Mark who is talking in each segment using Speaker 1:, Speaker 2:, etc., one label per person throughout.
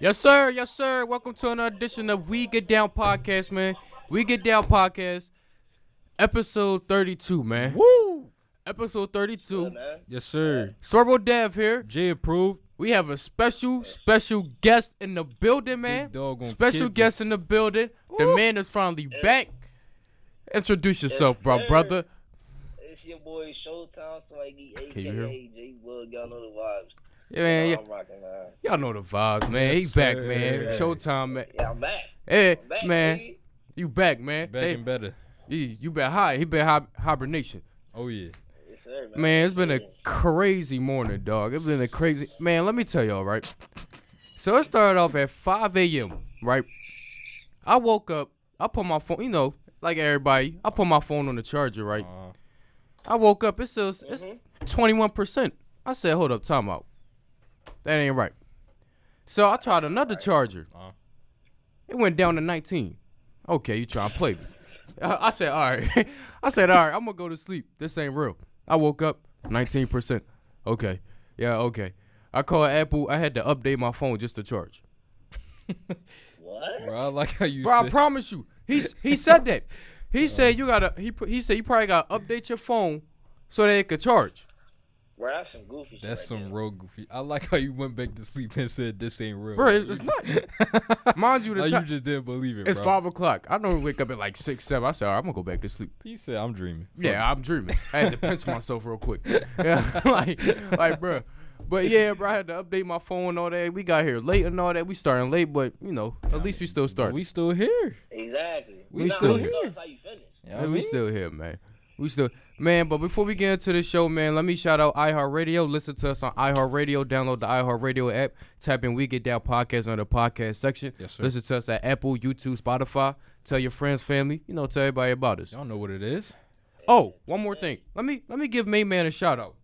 Speaker 1: Yes, sir. Yes, sir. Welcome to another edition of We Get Down Podcast, man. We Get Down Podcast, episode 32, man.
Speaker 2: Woo!
Speaker 1: Episode 32.
Speaker 2: Yes, sir.
Speaker 1: Swervo Dev here.
Speaker 2: J approved.
Speaker 1: We have a special, special guest in the building, man.
Speaker 2: Big dog gonna
Speaker 1: Special
Speaker 2: kick
Speaker 1: guest
Speaker 2: this.
Speaker 1: in the building. The man is finally back. Introduce yourself,
Speaker 3: Yes,
Speaker 1: bro,
Speaker 3: sir.
Speaker 1: brother.
Speaker 3: It's your boy Showtime Swaggy,
Speaker 1: you hear
Speaker 3: aka J Bug. Y'all know the vibes.
Speaker 1: Yeah, man, yeah.
Speaker 3: I'm rocking, man.
Speaker 1: Y'all know the vibes, man. He
Speaker 2: Yes,
Speaker 1: back,
Speaker 2: sir.
Speaker 1: man.
Speaker 2: Yes.
Speaker 1: Showtime, man.
Speaker 3: Yeah, I'm back.
Speaker 1: Hey,
Speaker 3: I'm back
Speaker 1: man.
Speaker 3: nigga.
Speaker 1: You back, man.
Speaker 2: Back
Speaker 1: They-
Speaker 2: and better.
Speaker 1: you, you been high. He been hi- hibernation.
Speaker 2: Oh yeah.
Speaker 3: Yes, sir, man.
Speaker 1: Man, it's been a
Speaker 3: Yeah.
Speaker 1: crazy morning, dog. It's been a crazy man. Let me tell y'all, right? So it started off at 5 a.m. Right? I woke up. I put my phone. You know, like everybody, I put my phone on the charger. Right?
Speaker 2: Uh,
Speaker 1: I woke up. It still it's 21 percent. I said, hold up, time out. That ain't right. So I tried another charger.
Speaker 2: Uh-huh.
Speaker 1: It went down to 19. Okay, you trying to play me? Uh, I I said, all right. I said, all right. I'm gonna go to sleep. This ain't real. I woke up 19 percent. Okay, yeah, okay. I called Apple. I had to update my phone just to charge.
Speaker 3: What?
Speaker 2: bro, I like how you
Speaker 1: Bro, I
Speaker 2: said.
Speaker 1: promise you. He s- he said that. He said you gotta. He pr- he said you probably gotta update your phone so that it could charge.
Speaker 3: Bro, that's some goofy shit.
Speaker 2: That's
Speaker 3: right
Speaker 2: some
Speaker 3: there.
Speaker 2: real goofy. I like how you went back to sleep and said this ain't real.
Speaker 1: Bro, it- it's not. Mind you, the
Speaker 2: Like,
Speaker 1: ti-
Speaker 2: Oh, you just didn't believe it,
Speaker 1: it's
Speaker 2: bro.
Speaker 1: five o'clock. I normally wake up at like six seven. I said all right, I'm gonna go back to sleep.
Speaker 2: He said I'm dreaming.
Speaker 1: Yeah, I'm dreaming. I had to pinch myself real quick. Yeah, like like bro. But yeah, bro, I had to update my phone and all that. We got here late and all that. We starting late, but you know, at least we still
Speaker 2: But
Speaker 1: starting.
Speaker 2: we still here.
Speaker 3: Exactly.
Speaker 2: We
Speaker 3: Nah,
Speaker 2: still
Speaker 3: you
Speaker 2: here.
Speaker 3: know that's how you finish.
Speaker 2: Yeah,
Speaker 1: Man, we still here, man. We still, man. But before we get into the show, man, let me shout out iHeartRadio. Listen to us on iHeartRadio. Download the iHeartRadio app. Type in "We Get Down Podcast" under the podcast section.
Speaker 2: Yes, sir.
Speaker 1: Listen to us at Apple, YouTube, Spotify. Tell your friends, family. You know, tell everybody about us.
Speaker 2: Y'all know what it is.
Speaker 1: Oh, one more thing. Let me let me give Main Man a shout out.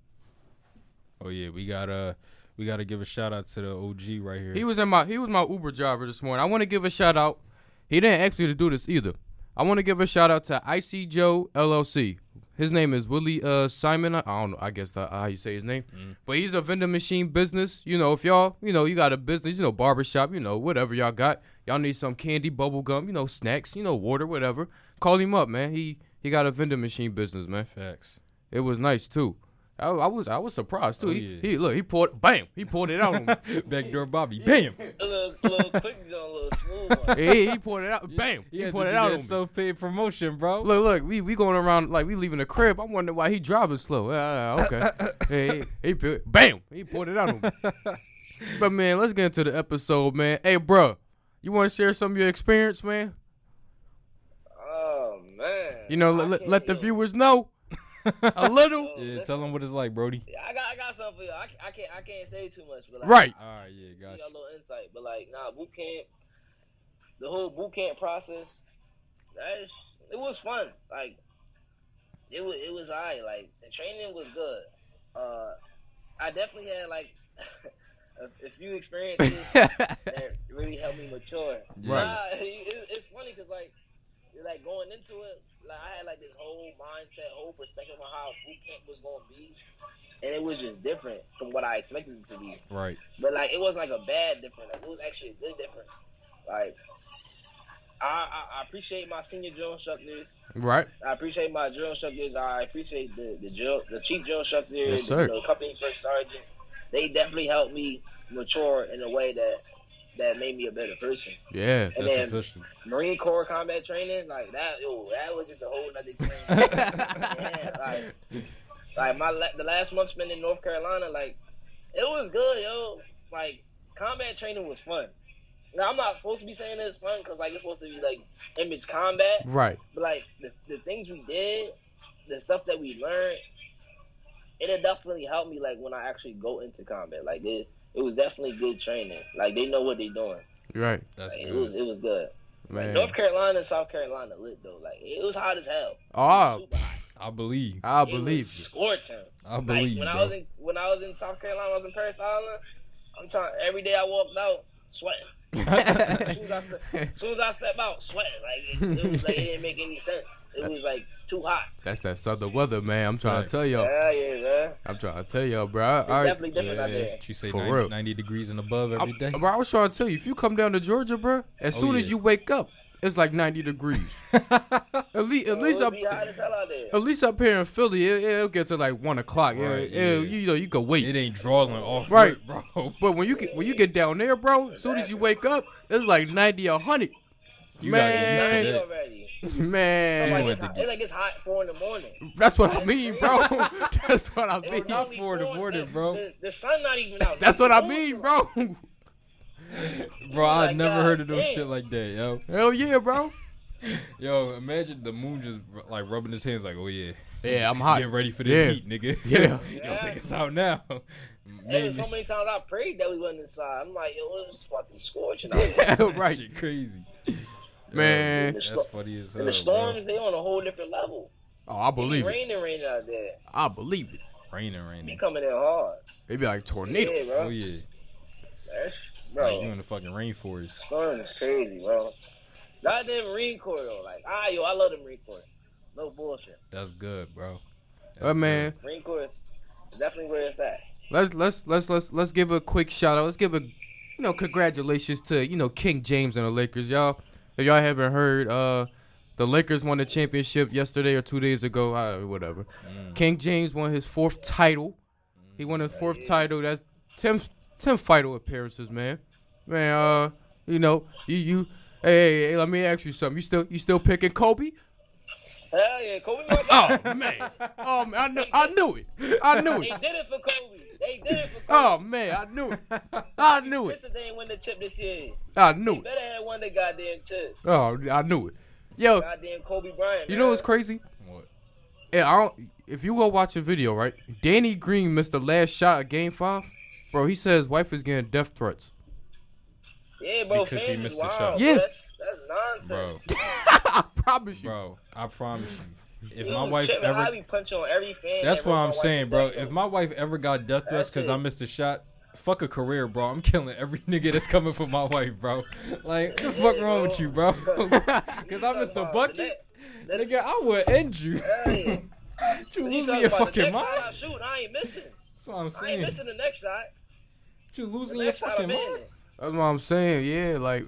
Speaker 2: Oh yeah, we got uh we gotta give a shout out to the OG right here.
Speaker 1: He was in my he was my Uber driver this morning. I want to give a shout out. He didn't ask me to do this either. I want to give a shout out to IC Joe LLC. His name is Willie uh, Simon. I don't know. I guess the, how you say his name,
Speaker 2: Mm-hmm.
Speaker 1: but he's a vending machine business. You know, if y'all, you know, you got a business, you know, barbershop, you know, whatever y'all got, y'all need some candy, bubble gum, you know, snacks, you know, water, whatever. Call him up, man. He he got a vending machine business, man.
Speaker 2: Facts.
Speaker 1: It was nice too. I, I was I was surprised too.
Speaker 2: Oh,
Speaker 1: he,
Speaker 2: yeah.
Speaker 1: he look he poured bam he poured it out on me.
Speaker 2: Backdoor Bobby. Bam.
Speaker 3: A little, little quick, zone, a little smooth one.
Speaker 1: he, he poured it out. Bam.
Speaker 2: He,
Speaker 1: He,
Speaker 2: had to
Speaker 1: poured it
Speaker 2: do
Speaker 1: out.
Speaker 2: that
Speaker 1: On me.
Speaker 2: self-paid promotion, bro.
Speaker 1: Look, look, we, we going around like we leaving the crib. I'm wondering why he driving slow. Uh, okay. hey, he, he pu- bam. He poured it out on me. but man, let's get into the episode, man. Hey, bro, you want to share some of your experience, man?
Speaker 3: Oh, man.
Speaker 1: You know,
Speaker 3: I
Speaker 1: let, let,
Speaker 3: can't
Speaker 1: let the
Speaker 3: even-
Speaker 1: viewers know a little.
Speaker 3: Yo,
Speaker 2: yeah,
Speaker 3: listen,
Speaker 2: tell him what it's like, Brody.
Speaker 3: I got, I got something for you. I, ca- I can't, I can't say too much, but like,
Speaker 1: Right.
Speaker 2: All right, yeah,
Speaker 3: give
Speaker 2: gotcha.
Speaker 3: y'all a little insight. But like, nah, boot camp, the whole boot camp process, that's it was fun. Like, it was it was alright. Like the training was good. Uh, I definitely had like a, a few experiences that really helped me mature.
Speaker 2: Yeah.
Speaker 3: Nah, it, it's funny because like. Like going into it, like I had like this whole mindset, whole perspective on how boot camp was gonna be, and it was just different from what I expected it to be.
Speaker 2: Right.
Speaker 3: But like it wasn't like a bad difference. Like, it was actually a good difference. Like I, I, I appreciate my senior drill instructors.
Speaker 1: Right.
Speaker 3: I appreciate my drill instructors. I appreciate the the drill, the chief drill instructor,
Speaker 1: Yes,
Speaker 3: the,
Speaker 1: sir.
Speaker 3: you know, company first sergeant. They definitely helped me mature in a way that that made me a better person.
Speaker 1: Yeah.
Speaker 3: And
Speaker 2: That's
Speaker 3: then
Speaker 2: official.
Speaker 3: Marine Corps combat training, like that, yo, that was just a whole nother experience. yeah, like,
Speaker 1: yeah.
Speaker 3: like my la- the last month spent in North Carolina, like it was good, yo. Like combat training was fun. Now I'm not supposed to be saying it's fun because like it's supposed to be like image combat,
Speaker 1: Right.
Speaker 3: but like the, the things we did, the stuff that we learned, it definitely helped me like when I actually go into combat. Like it, it was definitely good training. Like they know what they're doing.
Speaker 1: Right.
Speaker 2: That's
Speaker 3: Like, it was
Speaker 2: good.
Speaker 3: it was good. Like,
Speaker 1: Man.
Speaker 3: North Carolina, and South Carolina lit though. Like it was hot as hell.
Speaker 1: Oh,
Speaker 3: Super hot.
Speaker 2: I believe.
Speaker 1: I
Speaker 3: It was
Speaker 1: believe
Speaker 3: scorching.
Speaker 2: I
Speaker 3: Like
Speaker 2: believe,
Speaker 3: when I
Speaker 2: bro.
Speaker 3: was in when I was in South Carolina, I was in Paris Island. I'm trying every day I walked out sweating. As soon as I, ste- as soon as I step out, sweating like it, it was like it didn't make any sense. It was like too hot.
Speaker 1: That's that southern weather, man. I'm trying
Speaker 2: Facts.
Speaker 1: to tell y'all.
Speaker 3: Yeah, yeah, man.
Speaker 1: I'm trying to tell y'all, bro. I,
Speaker 3: It's
Speaker 1: I,
Speaker 3: definitely different out
Speaker 2: Yeah,
Speaker 3: there.
Speaker 2: you say
Speaker 1: For real.
Speaker 2: 90, 90 degrees and above every day.
Speaker 1: I- bro, I was trying to tell you. If you come down to Georgia, bro, as
Speaker 2: Oh,
Speaker 1: soon
Speaker 2: yeah.
Speaker 1: as you wake up, it's like 90 degrees. at least, at least
Speaker 3: It would
Speaker 1: up,
Speaker 3: be hot as hell out there.
Speaker 1: at least up here in Philly, it, it'll get to like one o'clock. It-
Speaker 2: Right,
Speaker 1: it-
Speaker 2: yeah.
Speaker 1: you know, you can wait.
Speaker 2: It ain't drawing off
Speaker 1: Right.
Speaker 2: rip, bro.
Speaker 1: But when you get when you get down there, bro, as soon as you wake up, it's like 90 or 100.
Speaker 2: You gotta get used to
Speaker 1: man,
Speaker 3: It's
Speaker 2: that.
Speaker 3: already.
Speaker 1: man,
Speaker 3: Like
Speaker 2: went
Speaker 3: it's,
Speaker 2: to
Speaker 3: hot,
Speaker 2: get-
Speaker 3: it's like it's hot four in the morning.
Speaker 1: that's what I mean, bro. that's what I
Speaker 3: It
Speaker 1: mean.
Speaker 3: was only
Speaker 2: four in the morning,
Speaker 3: the,
Speaker 2: bro.
Speaker 3: The, the sun not even out.
Speaker 1: That's what I
Speaker 3: Ooh,
Speaker 1: mean, bro.
Speaker 2: Bro, I
Speaker 3: Like,
Speaker 2: never
Speaker 3: God
Speaker 2: heard of no
Speaker 3: damn.
Speaker 2: shit like that, yo.
Speaker 1: Hell yeah, bro.
Speaker 2: Yo, imagine the moon just r- like rubbing his hands, like, oh yeah,
Speaker 1: Yeah, I'm hot.
Speaker 2: Getting ready for this
Speaker 1: Yeah.
Speaker 2: heat, nigga.
Speaker 1: Yeah.
Speaker 2: yo, think it's out now.
Speaker 3: There was
Speaker 2: Maybe.
Speaker 3: so many times I prayed that we went inside. I'm like, yo, it was fucking scorching out. there.
Speaker 2: That
Speaker 1: right,
Speaker 2: shit crazy.
Speaker 1: man.
Speaker 2: That's
Speaker 3: Slo-
Speaker 2: funny as hell.
Speaker 3: And the storms, they on a whole different level.
Speaker 1: Oh, I believe it.
Speaker 3: rain and rain out there.
Speaker 1: I believe it.
Speaker 2: bro. raining,
Speaker 3: Be
Speaker 2: raining.
Speaker 3: coming in hard.
Speaker 1: They Oh, be like tornado.
Speaker 3: Yeah, bro.
Speaker 2: Oh yeah,
Speaker 3: That's,
Speaker 2: like, you
Speaker 3: bro,
Speaker 2: in the fucking rainforest.
Speaker 3: storm is crazy, bro. Not the Marine Corps though. Like, ah, yo, I love the Marine Corps. No bullshit.
Speaker 2: That's good, bro. That's
Speaker 1: Uh, man,
Speaker 3: Marine Corps is definitely where it's at.
Speaker 1: let's let's let's let's let's give a quick shout out. Let's give a you know congratulations to you know King James and the Lakers, y'all. If y'all haven't heard, uh, the Lakers won the championship yesterday or two days ago, uh, whatever. King James won his fourth title. He won his fourth title. That's 10, 10 final appearances, man. Man, uh, you know, you you. Hey, hey, hey, let me ask you something. You still you still picking Kobe?
Speaker 3: Hell yeah, Kobe. my guy.
Speaker 1: Oh man, oh man, I knew, I knew it, I knew
Speaker 3: They
Speaker 1: it.
Speaker 3: did it for Kobe. They did it for Kobe.
Speaker 1: Oh man, I knew it. I knew it.
Speaker 3: Mister they ain't win the chip this year.
Speaker 1: I knew it.
Speaker 3: Better have won the goddamn chip.
Speaker 1: Oh, I knew it. Yo,
Speaker 3: Goddamn Kobe Bryant.
Speaker 1: you
Speaker 3: man.
Speaker 1: know what's crazy?
Speaker 2: What?
Speaker 1: Yeah, I don't, if you go watch a video, right? Danny Green missed the last shot of Game Five, bro. He said his wife is getting death threats.
Speaker 3: Yeah, bro.
Speaker 2: Because he
Speaker 3: fans is
Speaker 2: missed the
Speaker 3: wild,
Speaker 2: shot.
Speaker 3: bro.
Speaker 1: Yeah.
Speaker 3: That's, that's nonsense.
Speaker 1: I promise you.
Speaker 2: Bro, I promise you. If
Speaker 3: You
Speaker 2: my
Speaker 3: know,
Speaker 2: wife
Speaker 3: Chip and I
Speaker 2: ever
Speaker 3: be punching on every fan.
Speaker 2: That's
Speaker 3: every
Speaker 2: why
Speaker 3: time
Speaker 2: I'm
Speaker 3: my
Speaker 2: saying,
Speaker 3: wife
Speaker 2: bro.
Speaker 3: is
Speaker 2: If
Speaker 3: back,
Speaker 2: my wife ever got death threats
Speaker 3: That's
Speaker 2: because I
Speaker 3: it.
Speaker 2: missed a shot, fuck a career, bro. I'm killing every nigga that's coming for my wife, bro. Like, what the fuck wrong with you, bro? Because I missed a bucket, nigga. I would end you.
Speaker 3: Hell yeah.
Speaker 2: you
Speaker 3: You
Speaker 2: losing your
Speaker 3: talking about the
Speaker 2: fucking
Speaker 3: next shot I
Speaker 2: mind?
Speaker 3: shoot, I ain't missing.
Speaker 2: That's what I'm
Speaker 3: I ain't
Speaker 2: saying.
Speaker 3: missing the next shot.
Speaker 2: You
Speaker 3: The
Speaker 2: losing your
Speaker 3: next shot
Speaker 2: fucking
Speaker 3: I'm in.
Speaker 2: mind?
Speaker 1: That's what I'm saying. Yeah, like,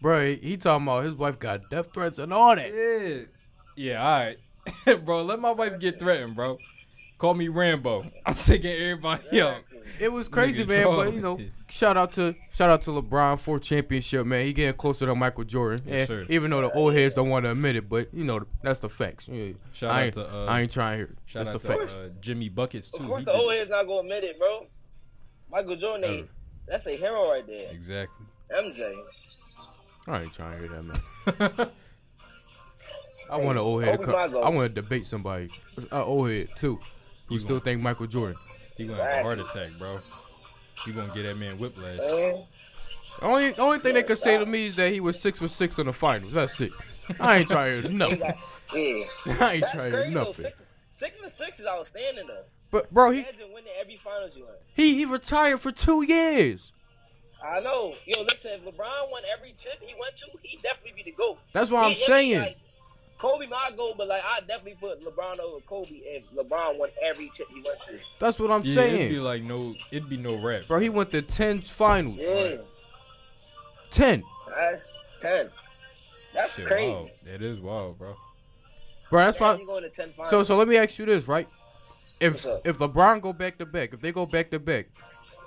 Speaker 1: bro, he, he talking about his wife got death threats and all that.
Speaker 2: Yeah. Yeah. All right, bro. Let my wife get threatened, bro. Call me Rambo. I'm taking everybody out.
Speaker 1: It was crazy,
Speaker 2: Nigga
Speaker 1: man. But
Speaker 2: drunk.
Speaker 1: you know, shout out to shout out to LeBron for championship, man. He getting closer to Michael Jordan.
Speaker 2: Yes,
Speaker 1: Yeah,
Speaker 2: sir.
Speaker 1: even though the old heads don't want to admit it, but you know that's the facts. Yeah.
Speaker 2: Shout
Speaker 1: I
Speaker 2: out
Speaker 1: ain't,
Speaker 2: to, uh,
Speaker 1: I ain't trying to hear. It.
Speaker 2: Shout
Speaker 1: that's
Speaker 2: out
Speaker 1: the
Speaker 2: to
Speaker 1: facts.
Speaker 2: uh, Jimmy Buckets too.
Speaker 3: Of
Speaker 2: He
Speaker 3: course,
Speaker 2: did-
Speaker 3: the old head's not gonna admit it, bro. Michael Jordan, ain't-
Speaker 2: Never.
Speaker 3: that's a hero right there.
Speaker 2: Exactly.
Speaker 3: MJ.
Speaker 1: I ain't trying to hear that, man.
Speaker 2: That's
Speaker 1: I want an old head. To
Speaker 3: Kobe
Speaker 1: come.
Speaker 3: Bryant.
Speaker 1: I want to debate somebody, Uh, oh, an old head too, who
Speaker 2: He
Speaker 1: still
Speaker 2: won.
Speaker 1: think Michael Jordan.
Speaker 2: He gonna have a heart attack, bro. You gonna get that man whiplash.
Speaker 3: Man.
Speaker 1: The only the only thing they could say to me is that he was six for six in the finals. That's it. I ain't trying to hear
Speaker 3: He
Speaker 1: nothing.
Speaker 3: got, yeah.
Speaker 1: I ain't
Speaker 3: That's
Speaker 1: trying to hear
Speaker 3: crazy though.
Speaker 1: nothing.
Speaker 3: Six, six and six is outstanding though.
Speaker 1: But
Speaker 2: Oh,
Speaker 1: bro, he
Speaker 3: Imagine winning every finals you win.
Speaker 1: he he retired for two years.
Speaker 3: I know. Yo, listen, if LeBron won every chip he went to, he definitely be the GOAT.
Speaker 1: That's what I'm
Speaker 3: He- if-
Speaker 1: saying.
Speaker 3: like, Kobe my GOAT, but like I definitely put LeBron over Kobe if LeBron won every chip he went to.
Speaker 1: That's what I'm
Speaker 2: yeah, it'd
Speaker 1: saying.
Speaker 2: be like no, it'd be no rap,
Speaker 1: Bro, he went to 10 finals.
Speaker 3: Yeah.
Speaker 1: 10.
Speaker 3: That's ten. That's
Speaker 2: Shit,
Speaker 3: crazy.
Speaker 2: wild. That is wild, bro.
Speaker 1: Bro, that's
Speaker 3: Now
Speaker 1: why.
Speaker 3: you going to ten finals.
Speaker 1: So so let me ask you this, right? If
Speaker 3: What's up?
Speaker 1: if LeBron go back to back, if they go back to back,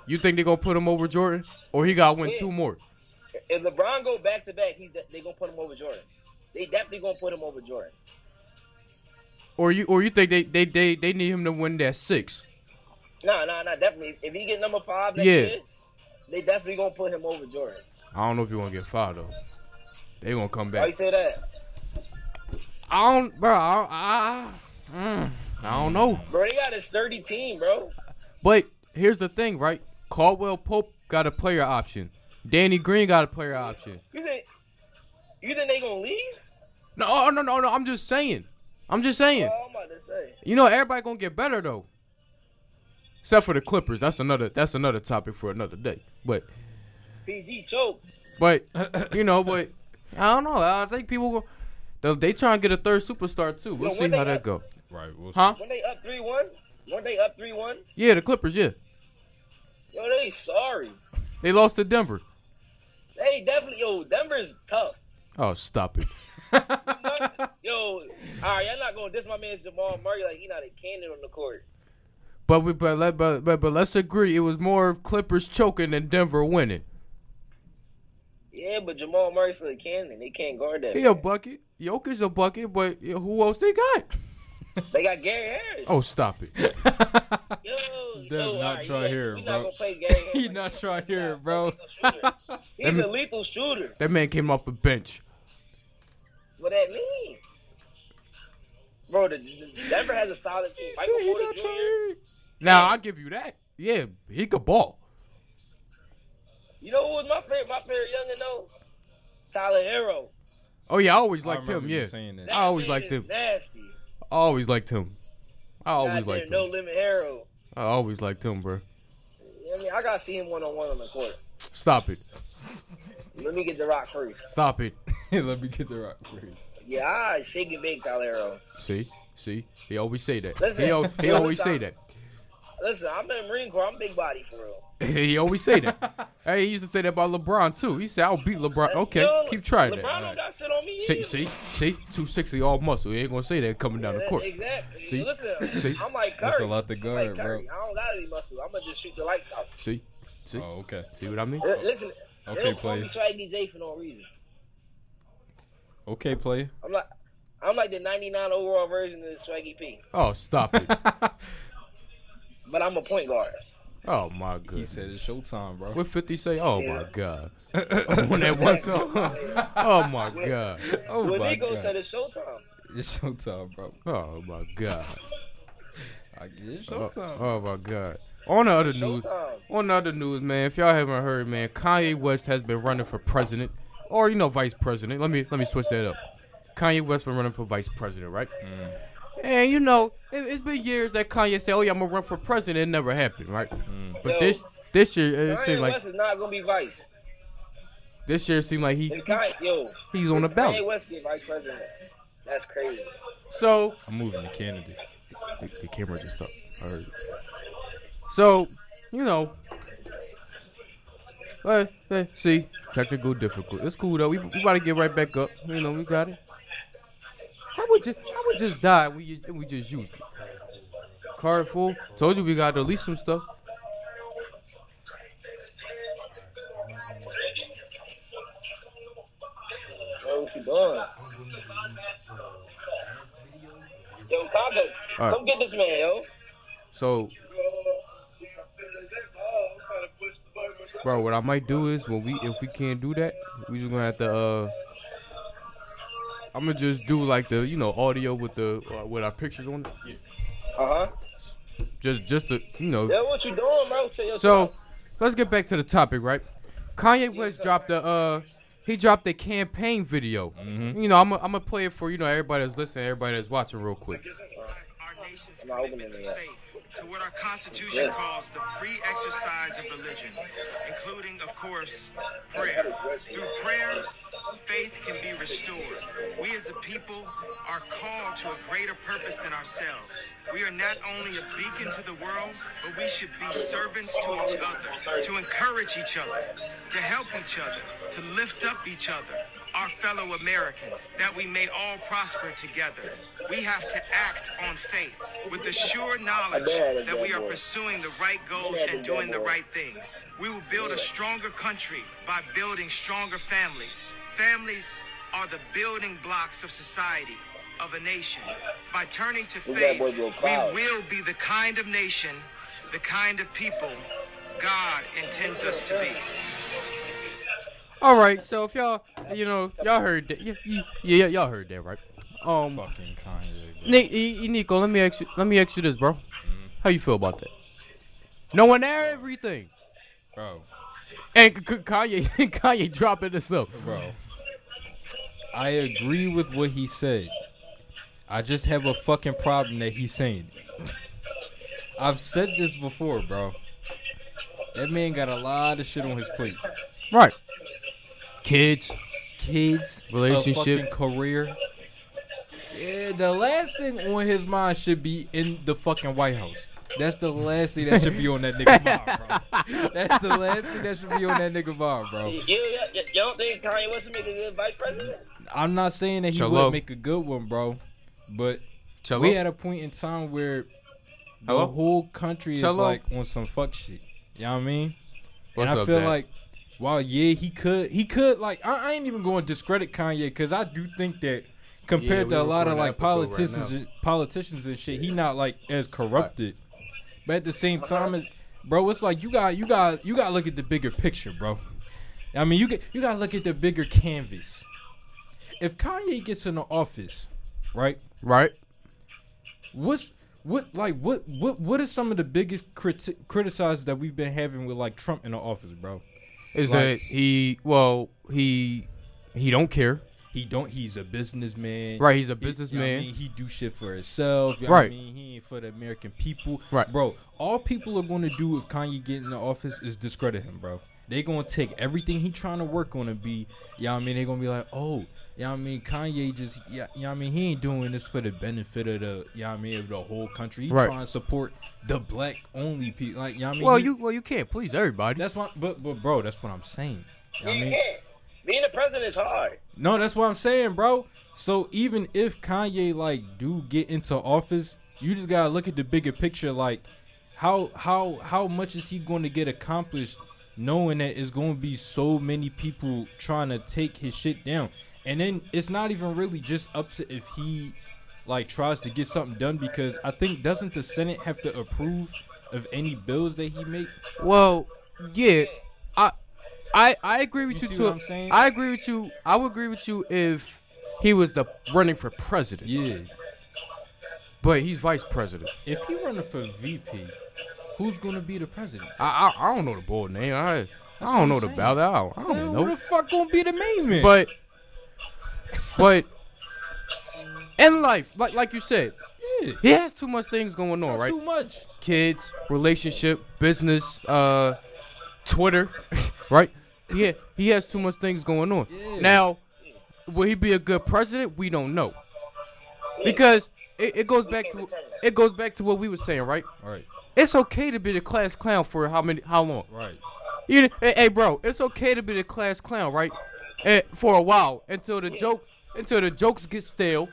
Speaker 1: you think they gonna put him over Jordan, or he gotta win
Speaker 3: Yeah.
Speaker 1: two more?
Speaker 3: if LeBron go back to back, he's de- they gonna put him over Jordan. They definitely gonna put him over Jordan.
Speaker 1: Or you or you think they they they, they need him to win that six?
Speaker 3: No, no, no, definitely. If he get number five next
Speaker 1: Yeah.
Speaker 3: year, they definitely gonna put him over Jordan.
Speaker 1: I don't know if you gonna get five though. They gonna come
Speaker 3: Why you
Speaker 1: back.
Speaker 3: say that?
Speaker 1: I don't, bro. I I, mm, I don't know.
Speaker 3: Bro, they got a sturdy team, bro.
Speaker 1: But here's the thing, right? Caldwell Pope got a player option. Danny Green got a player option.
Speaker 3: You think you think they gonna leave?
Speaker 1: No, oh, no, no, no. I'm just saying. I'm just saying.
Speaker 3: Oh, I'm about to say.
Speaker 1: You know, everybody gonna get better though. Except for the Clippers. That's another. That's another topic for another day. But
Speaker 3: PG choke.
Speaker 1: But you know, but I don't know. I think people go. They, they trying to get a third superstar too. We'll
Speaker 3: Yeah,
Speaker 1: see
Speaker 3: when
Speaker 1: how
Speaker 3: they
Speaker 1: that
Speaker 3: up-
Speaker 1: go.
Speaker 2: Right. We'll see.
Speaker 1: Huh?
Speaker 3: When they up three one, when they up three one,
Speaker 1: Yeah, the Clippers. Yeah,
Speaker 3: yo, they sorry.
Speaker 1: they lost to Denver.
Speaker 3: They definitely yo, Denver's tough.
Speaker 1: Oh, stop it.
Speaker 3: Yo, all right, y'all not gonna diss my man Jamal Murray like he not a cannon on the court.
Speaker 1: But we but let but, but but let's agree it was more of Clippers choking than Denver winning.
Speaker 3: Yeah, but Jamal Murray's still a cannon. They can't guard that.
Speaker 1: He a bucket. Jokic's a bucket, but who else they got?
Speaker 3: They got Gary Harris.
Speaker 1: Oh, stop it.
Speaker 3: yo,
Speaker 2: Dev
Speaker 3: yo,
Speaker 2: not
Speaker 3: all right,
Speaker 2: try
Speaker 3: yeah,
Speaker 2: here,
Speaker 3: we
Speaker 2: bro.
Speaker 3: Not gonna play Gary Harris
Speaker 2: He
Speaker 3: like
Speaker 2: not
Speaker 3: that.
Speaker 2: try
Speaker 3: He's
Speaker 2: here,
Speaker 3: not
Speaker 2: bro.
Speaker 3: a lethal shooter. He's a lethal shooter.
Speaker 1: That man came off the bench.
Speaker 3: What that mean? Bro, the, the Denver has a solid team. Michael Porter Jr.
Speaker 1: Now I'll give you that. Yeah, he could ball.
Speaker 3: You know who was my favorite? My favorite youngin though, Tyler Hero.
Speaker 1: Oh yeah, I always
Speaker 2: I
Speaker 1: liked him.
Speaker 2: remember you
Speaker 1: Yeah,
Speaker 2: saying that.
Speaker 1: I always
Speaker 3: man
Speaker 1: liked
Speaker 3: is
Speaker 1: him.
Speaker 3: Nasty.
Speaker 1: I always liked him. I always
Speaker 3: Goddamn,
Speaker 1: liked
Speaker 3: no
Speaker 1: him.
Speaker 3: limit Hero.
Speaker 1: I always liked him, bro.
Speaker 3: You know what I mean, I gotta see him one on one on the court.
Speaker 1: Stop it.
Speaker 3: Let me get the rock first.
Speaker 1: Stop it.
Speaker 2: Let me get the rock first.
Speaker 3: Yeah, I shake it big, Tyler Hero.
Speaker 1: See, see, he always say that.
Speaker 3: Listen,
Speaker 1: he al- he
Speaker 3: listen,
Speaker 1: always say
Speaker 3: I'm-
Speaker 1: that.
Speaker 3: Listen, I'm in the Marine Corps. I'm big body for real.
Speaker 1: he always say that. hey, he used to say that about LeBron too. He said, "I'll beat LeBron." Okay,
Speaker 3: Yo,
Speaker 1: keep trying
Speaker 3: LeBron
Speaker 1: that.
Speaker 3: LeBron
Speaker 1: Alright.
Speaker 3: don't got shit on me.
Speaker 1: See,
Speaker 3: either.
Speaker 1: see, see, 260 all muscle. He ain't gonna say that coming down the
Speaker 3: Yeah,
Speaker 1: court.
Speaker 3: Exactly.
Speaker 1: See?
Speaker 3: Listen,
Speaker 1: See?
Speaker 3: I'm like Curry.
Speaker 2: That's a lot to
Speaker 3: I'm like
Speaker 2: guard, bro.
Speaker 3: Curry. I don't got any muscle. I'm gonna just shoot the lights out.
Speaker 1: See, see,
Speaker 2: Oh, okay.
Speaker 1: see what I mean?
Speaker 3: Li- Listen,
Speaker 2: Okay,
Speaker 3: they call me
Speaker 2: play.
Speaker 3: Swaggy J for no reason.
Speaker 2: Okay, play.
Speaker 3: I'm like, I'm like the 99 overall version of Swaggy P,
Speaker 1: Oh, stop it.
Speaker 3: but I'm a point guard.
Speaker 1: Oh my god.
Speaker 2: he said it's showtime, bro.
Speaker 1: What 50 say? Oh my
Speaker 3: Yeah.
Speaker 1: god. When that one song. Oh my god.
Speaker 2: oh
Speaker 3: when
Speaker 2: my
Speaker 3: they go
Speaker 2: god.
Speaker 3: said it's showtime.
Speaker 2: It's showtime, bro.
Speaker 1: Oh my god.
Speaker 2: I get it's
Speaker 1: Oh,
Speaker 2: showtime.
Speaker 1: oh my god. On the other news,
Speaker 3: Showtime.
Speaker 1: on the other news, man. If y'all haven't heard, man, Kanye West has been running for president, or you know, vice president. Let me let me switch that up. Kanye West been running for vice president, right?
Speaker 3: Mm.
Speaker 1: And you know, it, it's been years that Kanye said, "Oh yeah, I'm gonna run for president." It never happened, right? But
Speaker 3: So,
Speaker 1: this this year, it
Speaker 3: Mm. Kanye
Speaker 1: seemed like
Speaker 3: West is not gonna be vice.
Speaker 1: this year it seemed like he
Speaker 3: If Kanye, yo,
Speaker 1: he's on the
Speaker 3: if
Speaker 1: ballot.
Speaker 3: Kanye West get vice president. That's crazy.
Speaker 1: So
Speaker 2: I'm moving to Canada.
Speaker 1: the, the camera just stopped. I heard. So, you know, uh, uh, see, technical difficult. It's cool though. We, we about to get right back up. You know, we got it. I would just, I would just die. We ju- we just use it. Card full. Told you we got to delete some stuff.
Speaker 3: Yo, what you doing? Yo, Congo,
Speaker 1: All right.
Speaker 3: come get this man, yo.
Speaker 1: So, bro, what I might do is when we, if we can't do that, we just gonna have to. uh I'm gonna just do like the, you know, audio with the uh, with our pictures on it.
Speaker 3: Uh huh.
Speaker 1: Just, just to, you know,
Speaker 3: Yo, what you doing, bro? Chill your
Speaker 1: So
Speaker 3: tongue.
Speaker 1: let's get back to the topic, right? Kanye West dropped the uh he dropped the campaign video. You know, I'm i I'm gonna play it for you know everybody that's listening, everybody that's watching real quick.
Speaker 4: our nation's
Speaker 3: I'm not opening
Speaker 4: commitment
Speaker 3: it
Speaker 4: to
Speaker 3: up.
Speaker 4: faith, to what our Constitution
Speaker 3: Yes.
Speaker 4: calls the free exercise of religion, including, of course, prayer. Through prayer, faith can be restored. We as a people are called to a greater purpose than ourselves. We are not only a beacon to the world, but we should be servants to each other, to encourage each other, to help each other, to lift up each other our fellow Americans, that we may all prosper together. We have to act on faith with the sure knowledge that we are pursuing the right goals and doing the right things. We will build a stronger country by building stronger families. Families are the building blocks of society, of a nation. By turning to faith, we will be the kind of nation, the kind of people God intends us to be.
Speaker 1: All right, so if y'all you know y'all heard that, yeah, yeah, yeah y'all heard that, right? Um,
Speaker 2: Fucking Kanye, bro.
Speaker 1: Nick, e, E- Nico, let me ask you, let me ask you this, bro. How you feel about that? Knowing everything,
Speaker 2: bro.
Speaker 1: and K- K- Kanye, Kanye dropping this up.
Speaker 2: bro. I agree with what he said. I just have a fucking problem that he's saying. it. I've said this before, bro. That man got a lot of shit on his plate.
Speaker 1: Right. kids,
Speaker 2: kids,
Speaker 1: Relationship.
Speaker 2: a fucking career. Yeah, the last thing on his mind should be in the fucking White House. That's the last thing that should be on that nigga mind, bro. That's the last thing that should be on that nigga mind, bro.
Speaker 3: You, you, you don't think Kanye West would make a good vice president?
Speaker 2: I'm not saying that he
Speaker 1: Hello?
Speaker 2: would make a good one, bro, but
Speaker 1: Cello.
Speaker 2: we at a point in time where the
Speaker 1: Hello?
Speaker 2: whole country is
Speaker 1: Hello?
Speaker 2: like on some fuck shit. You know what I mean?
Speaker 1: What's
Speaker 2: and I
Speaker 1: up,
Speaker 2: feel
Speaker 1: Dad?
Speaker 2: like, wow, yeah, he could, he could, like, I, I ain't even going to discredit Kanye because I do think that compared
Speaker 1: we
Speaker 2: to a lot of
Speaker 1: recording
Speaker 2: like
Speaker 1: that episode right
Speaker 2: politicians,
Speaker 1: now.
Speaker 2: and, politicians and shit, he not like as corrupted. But at the same time, it's- bro, it's like you got, you got, you got to look at the bigger picture, bro. I mean, you get, you got to look at the bigger canvas. If Kanye gets in the office, right?
Speaker 1: right?
Speaker 2: What's what like what what what are some of the biggest criti- criticizes that we've been having with like Trump in the office, bro?
Speaker 1: Is
Speaker 2: Like-
Speaker 1: that he? Well, he he don't care.
Speaker 2: He don't. He's a businessman.
Speaker 1: Right, he's a
Speaker 2: He- you know what I
Speaker 1: businessman.
Speaker 2: mean? He do shit for himself. You know what
Speaker 1: Right.
Speaker 2: I mean, he ain't for the American people.
Speaker 1: Right.
Speaker 2: bro. All people are going to do if Kanye get in the office is discredit him, bro. They gonna take everything he trying to work on and be. You know what I mean, they gonna be like, oh. You know what I mean? Kanye just, yeah, you know what I mean? He ain't doing this for the benefit of the, you know what I mean, of the whole country. He
Speaker 1: Right.
Speaker 2: trying to support the black only people. Like, you know what I mean?
Speaker 1: Well,
Speaker 2: He-
Speaker 1: you well you can't please everybody.
Speaker 2: That's what, but, but, bro, that's what I'm saying. You know what I
Speaker 3: you
Speaker 2: mean?
Speaker 3: can't. Being a president is hard.
Speaker 2: No, that's what I'm saying, bro. So even if Kanye like do get into office, you just gotta look at the bigger picture. Like, how how how much is he going to get accomplished, knowing that it's going to be so many people trying to take his shit down, and then it's not even really just up to if he like tries to get something done because I think doesn't the Senate have to approve of any bills that he make?
Speaker 1: Well, yeah, I I I agree
Speaker 2: You
Speaker 1: with you,
Speaker 2: see
Speaker 1: too.
Speaker 2: what I'm saying?
Speaker 1: I agree with you. I would agree with you if he was the running for president,
Speaker 2: Yeah.
Speaker 1: but he's vice president.
Speaker 2: If he running for VP, who's going to be the president?
Speaker 1: I I, I don't know the bold name. I I
Speaker 2: what
Speaker 1: don't
Speaker 2: I'm
Speaker 1: know the
Speaker 2: saying.
Speaker 1: about that. I don't, I
Speaker 2: Man,
Speaker 1: don't
Speaker 2: Who
Speaker 1: know.
Speaker 2: the fuck gonna be the main man?
Speaker 1: But but in life, like like you said,
Speaker 2: yeah,
Speaker 1: he has too much things going on,
Speaker 2: not
Speaker 1: right?
Speaker 2: too much.
Speaker 1: kids, relationship, business, uh, Twitter, right? Yeah, he has too much things going on.
Speaker 2: Yeah.
Speaker 1: Now, will he be a good president? We don't know because it, it goes back to it goes back to what we were saying, right?
Speaker 2: All right,
Speaker 1: It's okay to be the class clown for how many how long?
Speaker 2: right.
Speaker 1: You, hey, hey, bro, it's okay to be the class clown, right? Eh, for a while until the joke until the jokes get stale,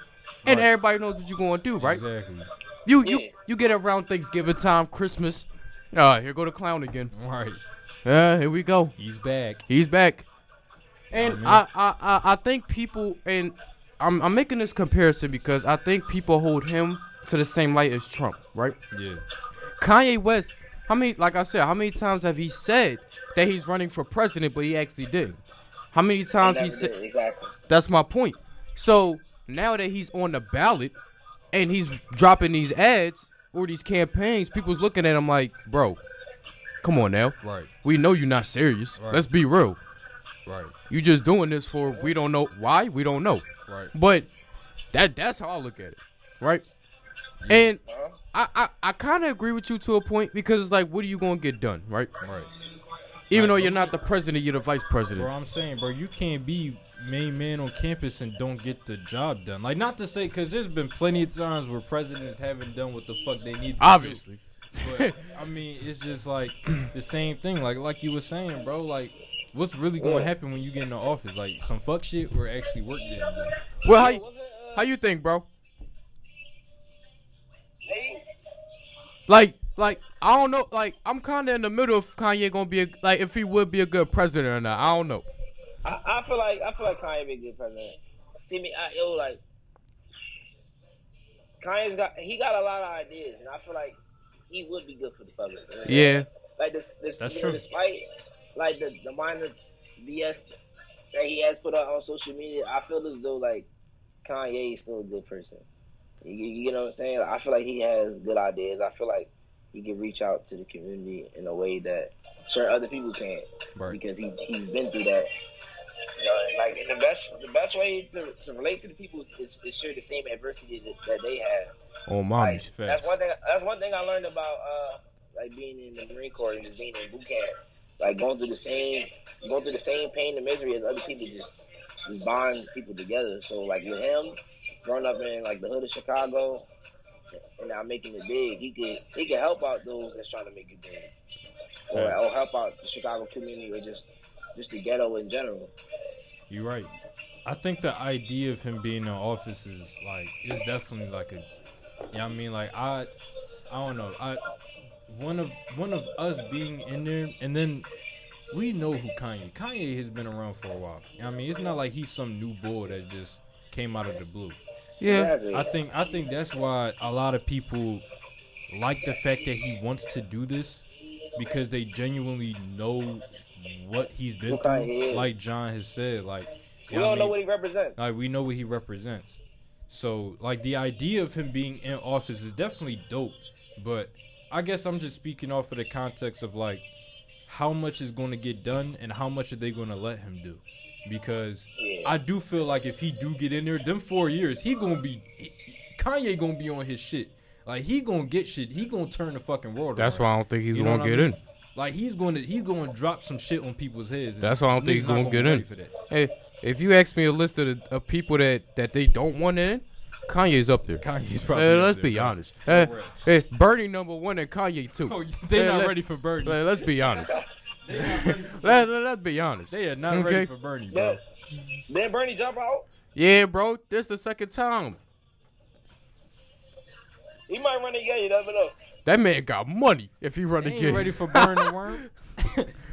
Speaker 1: and
Speaker 2: Right.
Speaker 1: everybody knows what you're going to do, right?
Speaker 2: Exactly.
Speaker 1: You you
Speaker 3: Yeah.
Speaker 1: you get around Thanksgiving time, Christmas. Ah, here go the clown again.
Speaker 2: All right.
Speaker 1: Yeah, here we go.
Speaker 2: He's back.
Speaker 1: He's back. And
Speaker 2: Mhm.
Speaker 1: I, I, I, I think people and I'm, I'm making this comparison because I think people hold him to the same light as Trump, right?
Speaker 2: Yeah.
Speaker 1: Kanye West, how many like I said, how many times have he said that he's running for president but he actually didn't? How many times he
Speaker 3: Never
Speaker 1: said
Speaker 3: did, exactly.
Speaker 1: that's my point. So now that he's on the ballot and he's dropping these ads or these campaigns, people's looking at him like, bro, come on now.
Speaker 2: Right.
Speaker 1: We know you're not serious.
Speaker 2: Right.
Speaker 1: Let's be real.
Speaker 2: Right.
Speaker 1: You just doing this for we don't know why, we don't know.
Speaker 2: Right.
Speaker 1: But that that's how I look at it. Right? And
Speaker 3: Huh?
Speaker 1: I, I, I kinda agree with you to a point because it's like what are you gonna get done, right?
Speaker 2: Right.
Speaker 1: Even
Speaker 2: Right,
Speaker 1: though
Speaker 2: but-
Speaker 1: you're not the president, you're the vice president.
Speaker 2: Bro, I'm saying, bro, you can't be main man on campus and don't get the job done. Like, not to say, because there's been plenty of times where presidents haven't done what the fuck they need. To
Speaker 1: Obviously.
Speaker 2: do. But, I mean, it's just like the same thing. Like, like you were saying, bro. Like, what's really going to happen when you get in the office? Like, some fuck shit or actually work getting done.
Speaker 1: Well how Oh, you,
Speaker 3: Wasn't, uh,
Speaker 1: how you think, bro?
Speaker 3: Nate?
Speaker 1: Like, like I don't know. Like I'm kind of in the middle of Kanye gonna be a, like if he would be a good president or not. I don't know.
Speaker 3: I, I feel like I feel like Kanye be a good president. See me, I yo like Kanye's got he got a lot of ideas, and I feel like he would be good for the public. you know?
Speaker 1: Yeah,
Speaker 3: like this, this
Speaker 2: That's
Speaker 3: you know,
Speaker 2: true.
Speaker 3: despite like the the minor BS that he has put out on social media, I feel as though like Kanye is still a good person. You, you know what I'm saying? I feel like he has good ideas. I feel like he can reach out to the community in a way that certain other people can't
Speaker 2: Right.
Speaker 3: because he he's been through that. You know, and like and the best the best way to, to relate to the people is, is share the same adversity that, that they have.
Speaker 1: on
Speaker 3: Like,
Speaker 1: mommies.
Speaker 2: facts.
Speaker 3: that's one thing. That's one thing I learned about uh, like being in the Marine Corps and just being in boot camp like going through the same going through the same pain and misery as other people just, just bonds people together. So like with him, growing up in like the hood of Chicago and now making it big, he could he could help out those that's trying to make it big. Or,
Speaker 2: Right.
Speaker 3: or help out the Chicago community or just just the ghetto in general.
Speaker 2: You're right. I think the idea of him being in office is like it's definitely like a yeah, I mean like I I don't know. I one of one of us being in there and then we know who Kanye. Kanye has been around for a while. I mean, it's not like he's some new boy that just came out of the blue.
Speaker 1: Yeah.
Speaker 3: Exactly.
Speaker 2: I think I think that's why a lot of people like the fact that he wants to do this because they genuinely know what he's been
Speaker 3: What kind he
Speaker 2: through.
Speaker 3: is.
Speaker 2: Like John has said, like
Speaker 3: we
Speaker 2: yeah, I
Speaker 3: don't know
Speaker 2: mean,
Speaker 3: what he represents.
Speaker 2: like we know what he represents. So like the idea of him being in office is definitely dope, but I guess I'm just speaking off of the context of like how much is going to get done and how much are they going to let him do because
Speaker 3: Yeah.
Speaker 2: I do feel like if he do get in there, them four years, he gonna be Kanye gonna be on his shit. Like he gonna get shit. He gonna turn the fucking world.
Speaker 1: That's
Speaker 2: around.
Speaker 1: why I don't think he's
Speaker 2: You know
Speaker 1: gonna
Speaker 2: what I
Speaker 1: get
Speaker 2: mean?
Speaker 1: in.
Speaker 2: Like he's gonna he's gonna drop some shit on people's heads. and
Speaker 1: That's why I don't think
Speaker 2: niggas
Speaker 1: he's
Speaker 2: not
Speaker 1: gonna get
Speaker 2: be
Speaker 1: in.
Speaker 2: ready for that.
Speaker 1: Hey, if you ask me a list of, the, of people that that they don't want in, Kanye's up there.
Speaker 2: Kanye's
Speaker 1: Uh,
Speaker 2: probably. up
Speaker 1: let's
Speaker 2: there,
Speaker 1: be
Speaker 2: bro.
Speaker 1: honest. Uh,
Speaker 2: Right.
Speaker 1: hey, Bernie number one and Kanye two.
Speaker 2: Oh, they're
Speaker 1: Uh,
Speaker 2: not
Speaker 1: let-
Speaker 2: ready for Bernie.
Speaker 1: let- Let's be honest. let, let, us be honest.
Speaker 2: They are not
Speaker 1: Okay.
Speaker 2: ready for Bernie, bro.
Speaker 3: Then, then Bernie jump out.
Speaker 1: Yeah, bro, this the second time.
Speaker 3: He might run again. You never know.
Speaker 1: That man got money if he run
Speaker 2: They
Speaker 1: again.
Speaker 2: ain't ready for Burn the Worm.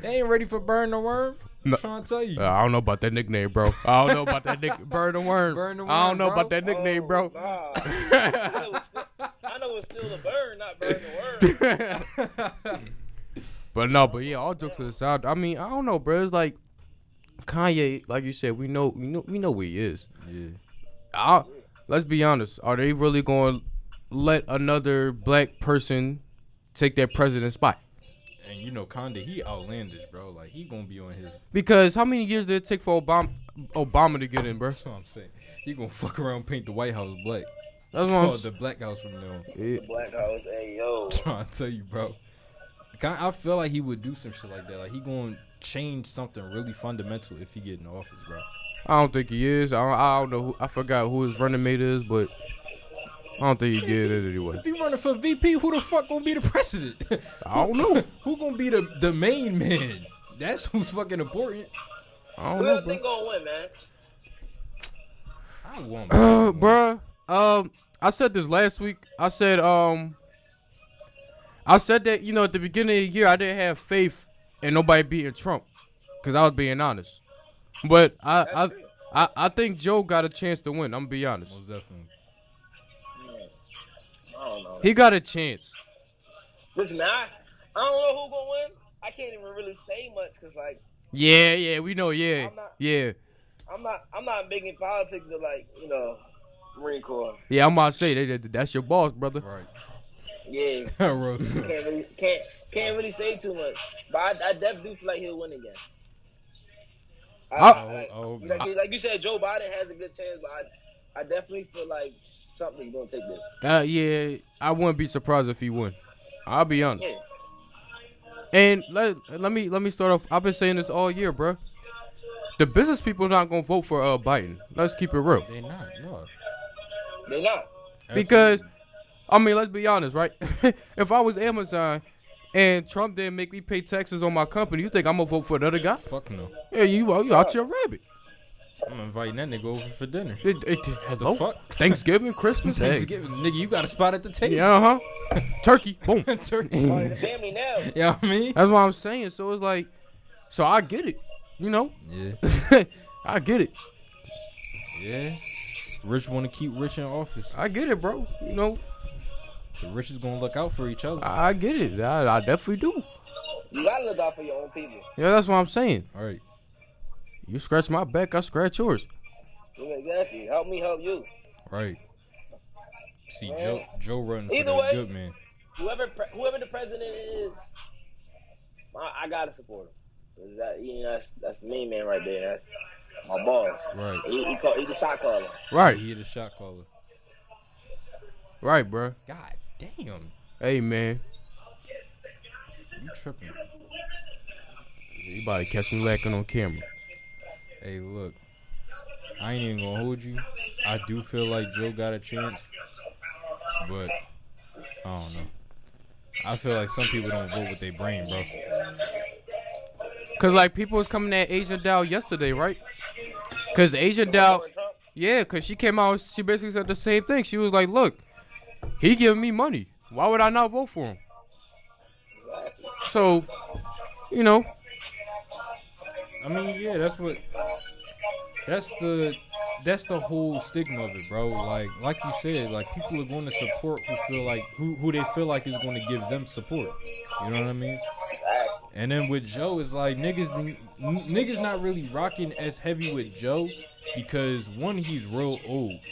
Speaker 2: they ain't ready for Burn the Worm.
Speaker 1: No.
Speaker 2: I'm trying to tell you.
Speaker 1: Uh, I don't know about that nickname, bro. I don't know about that nick Burn the worm.
Speaker 2: Burn the
Speaker 1: I don't
Speaker 2: worm,
Speaker 1: know about
Speaker 2: bro.
Speaker 1: that nickname,
Speaker 3: Oh,
Speaker 1: bro.
Speaker 3: nah. I know it's still- I know it's still the burn, not burn the worm.
Speaker 1: but no, but yeah, all jokes to the side. I mean, I don't know, bro. It's like Kanye, like you said, we know, we know, we know where he is.
Speaker 2: yeah.
Speaker 1: I, let's be honest. Are they really going to let another black person take that president spot?
Speaker 2: And you know, Conda, he outlandish, bro. Like he gonna be on his.
Speaker 1: Because how many years did it take for Obama, Obama to get in, bro?
Speaker 2: That's what I'm saying. He gonna fuck around, and paint the White House black.
Speaker 1: That's what I'm
Speaker 2: Oh,
Speaker 1: s-
Speaker 2: the Black House from now. on.
Speaker 1: yeah.
Speaker 3: Black House, hey yo.
Speaker 2: Trying to tell you, bro. Ki- I feel like he would do some shit like that. Like he gonna change something really fundamental if he get in office, bro.
Speaker 1: I don't think he is. I don't, I don't know. Who, I forgot who his running mate is, but I don't think he did it anyway.
Speaker 2: If he running for VP, who the fuck gonna be the president?
Speaker 1: I don't know.
Speaker 2: who gonna be the, the main man? That's who's fucking important.
Speaker 1: I don't
Speaker 3: Who
Speaker 1: know,
Speaker 3: else
Speaker 1: bro.
Speaker 3: think gonna win, man?
Speaker 2: I want.
Speaker 1: Uh, bruh, um, I said this last week. I said, um, I said that you know at the beginning of the year I didn't have faith in nobody beating Trump because I was being honest. But I,
Speaker 3: That's true.
Speaker 1: I, I, I think Joe got a chance to win. I'm gonna be honest.
Speaker 2: Most definitely.
Speaker 3: Hmm. I don't know.
Speaker 1: He got a chance.
Speaker 3: Listen, man, I, I don't know who gonna win. I can't even really say much because like
Speaker 1: Yeah, yeah, we know. Yeah,
Speaker 3: I'm not-
Speaker 1: yeah,
Speaker 3: I'm not I'm not big in politics or like you know Marine Corps.
Speaker 1: yeah. I'm about to say that, that- that's your boss, brother.
Speaker 2: Right.
Speaker 3: Yeah,
Speaker 2: I wrote to
Speaker 3: can't really can't can't really say too much. But I, I definitely feel like he'll win again. I,
Speaker 1: I-
Speaker 3: I- like,
Speaker 2: I hope
Speaker 3: like you- like you said, Joe Biden has a good chance, but I, I definitely feel like something's gonna take this.
Speaker 1: Uh, yeah, I wouldn't be surprised if he won. I'll be honest.
Speaker 3: Yeah.
Speaker 1: And let let me let me start off. I've been saying this all year, bro. The business people not gonna vote for uh Biden. Let's keep it real.
Speaker 2: They not. No.
Speaker 3: They're not.
Speaker 1: Because I mean, let's be honest, right? if I was Amazon and Trump didn't make me pay taxes on my company, you think I'm gonna vote for another guy?
Speaker 2: Fuck no.
Speaker 1: Yeah, you are you out your rabbit.
Speaker 2: I'm inviting that nigga over for dinner.
Speaker 1: It, it, hello?
Speaker 2: fuck?
Speaker 1: Thanksgiving, Christmas, hey.
Speaker 2: Thanksgiving, nigga, you got a spot at the table.
Speaker 1: Yeah, uh huh. Turkey, boom.
Speaker 2: Turkey.
Speaker 3: The family now.
Speaker 2: Yeah, I mean.
Speaker 1: That's what I'm saying. So it's like, so I get it, you know.
Speaker 2: Yeah.
Speaker 1: I get it.
Speaker 2: Yeah. Rich want to keep rich in office.
Speaker 1: I get it, bro. You know,
Speaker 2: The rich is gonna look out for each other.
Speaker 1: I, I get it. I, I definitely do.
Speaker 3: You gotta look out for your own people.
Speaker 1: Yeah, that's what I'm saying.
Speaker 2: All right.
Speaker 1: You scratch my back, I scratch yours.
Speaker 3: Exactly. Help me help you.
Speaker 2: Right. See, Joe, Joe running for
Speaker 3: Either
Speaker 2: that
Speaker 3: way.
Speaker 2: good man.
Speaker 3: Whoever pre- whoever the president is, I, I gotta support him. 'Cause That, you know, that's that's the main man right there. That's my boss.
Speaker 2: Right.
Speaker 3: He, he, call, he the shot caller.
Speaker 1: Right,
Speaker 2: He the shot caller.
Speaker 1: right, bro.
Speaker 2: God damn.
Speaker 1: Hey, man.
Speaker 2: You tripping?
Speaker 1: You about to catch me lacking on camera.
Speaker 2: Hey, look. I ain't even gonna hold you. I do feel like Joe got a chance, but I don't know. I feel like some people don't vote with their brain, bro.
Speaker 1: Cause like people was coming at Asia Dow yesterday, right? Cause Asia Dow, yeah, cause she came out. She basically said the same thing. She was like, "Look, he giving me money. Why would I not vote for him?" So, you know,
Speaker 2: I mean, yeah, that's what. That's the that's the whole stigma of it, bro. Like like you said, like people are going to support who feel like who who they feel like is going to give them support. You know what I mean? And then with Joe, it's like niggas n- niggas not really rocking as heavy with Joe because one, he's real old.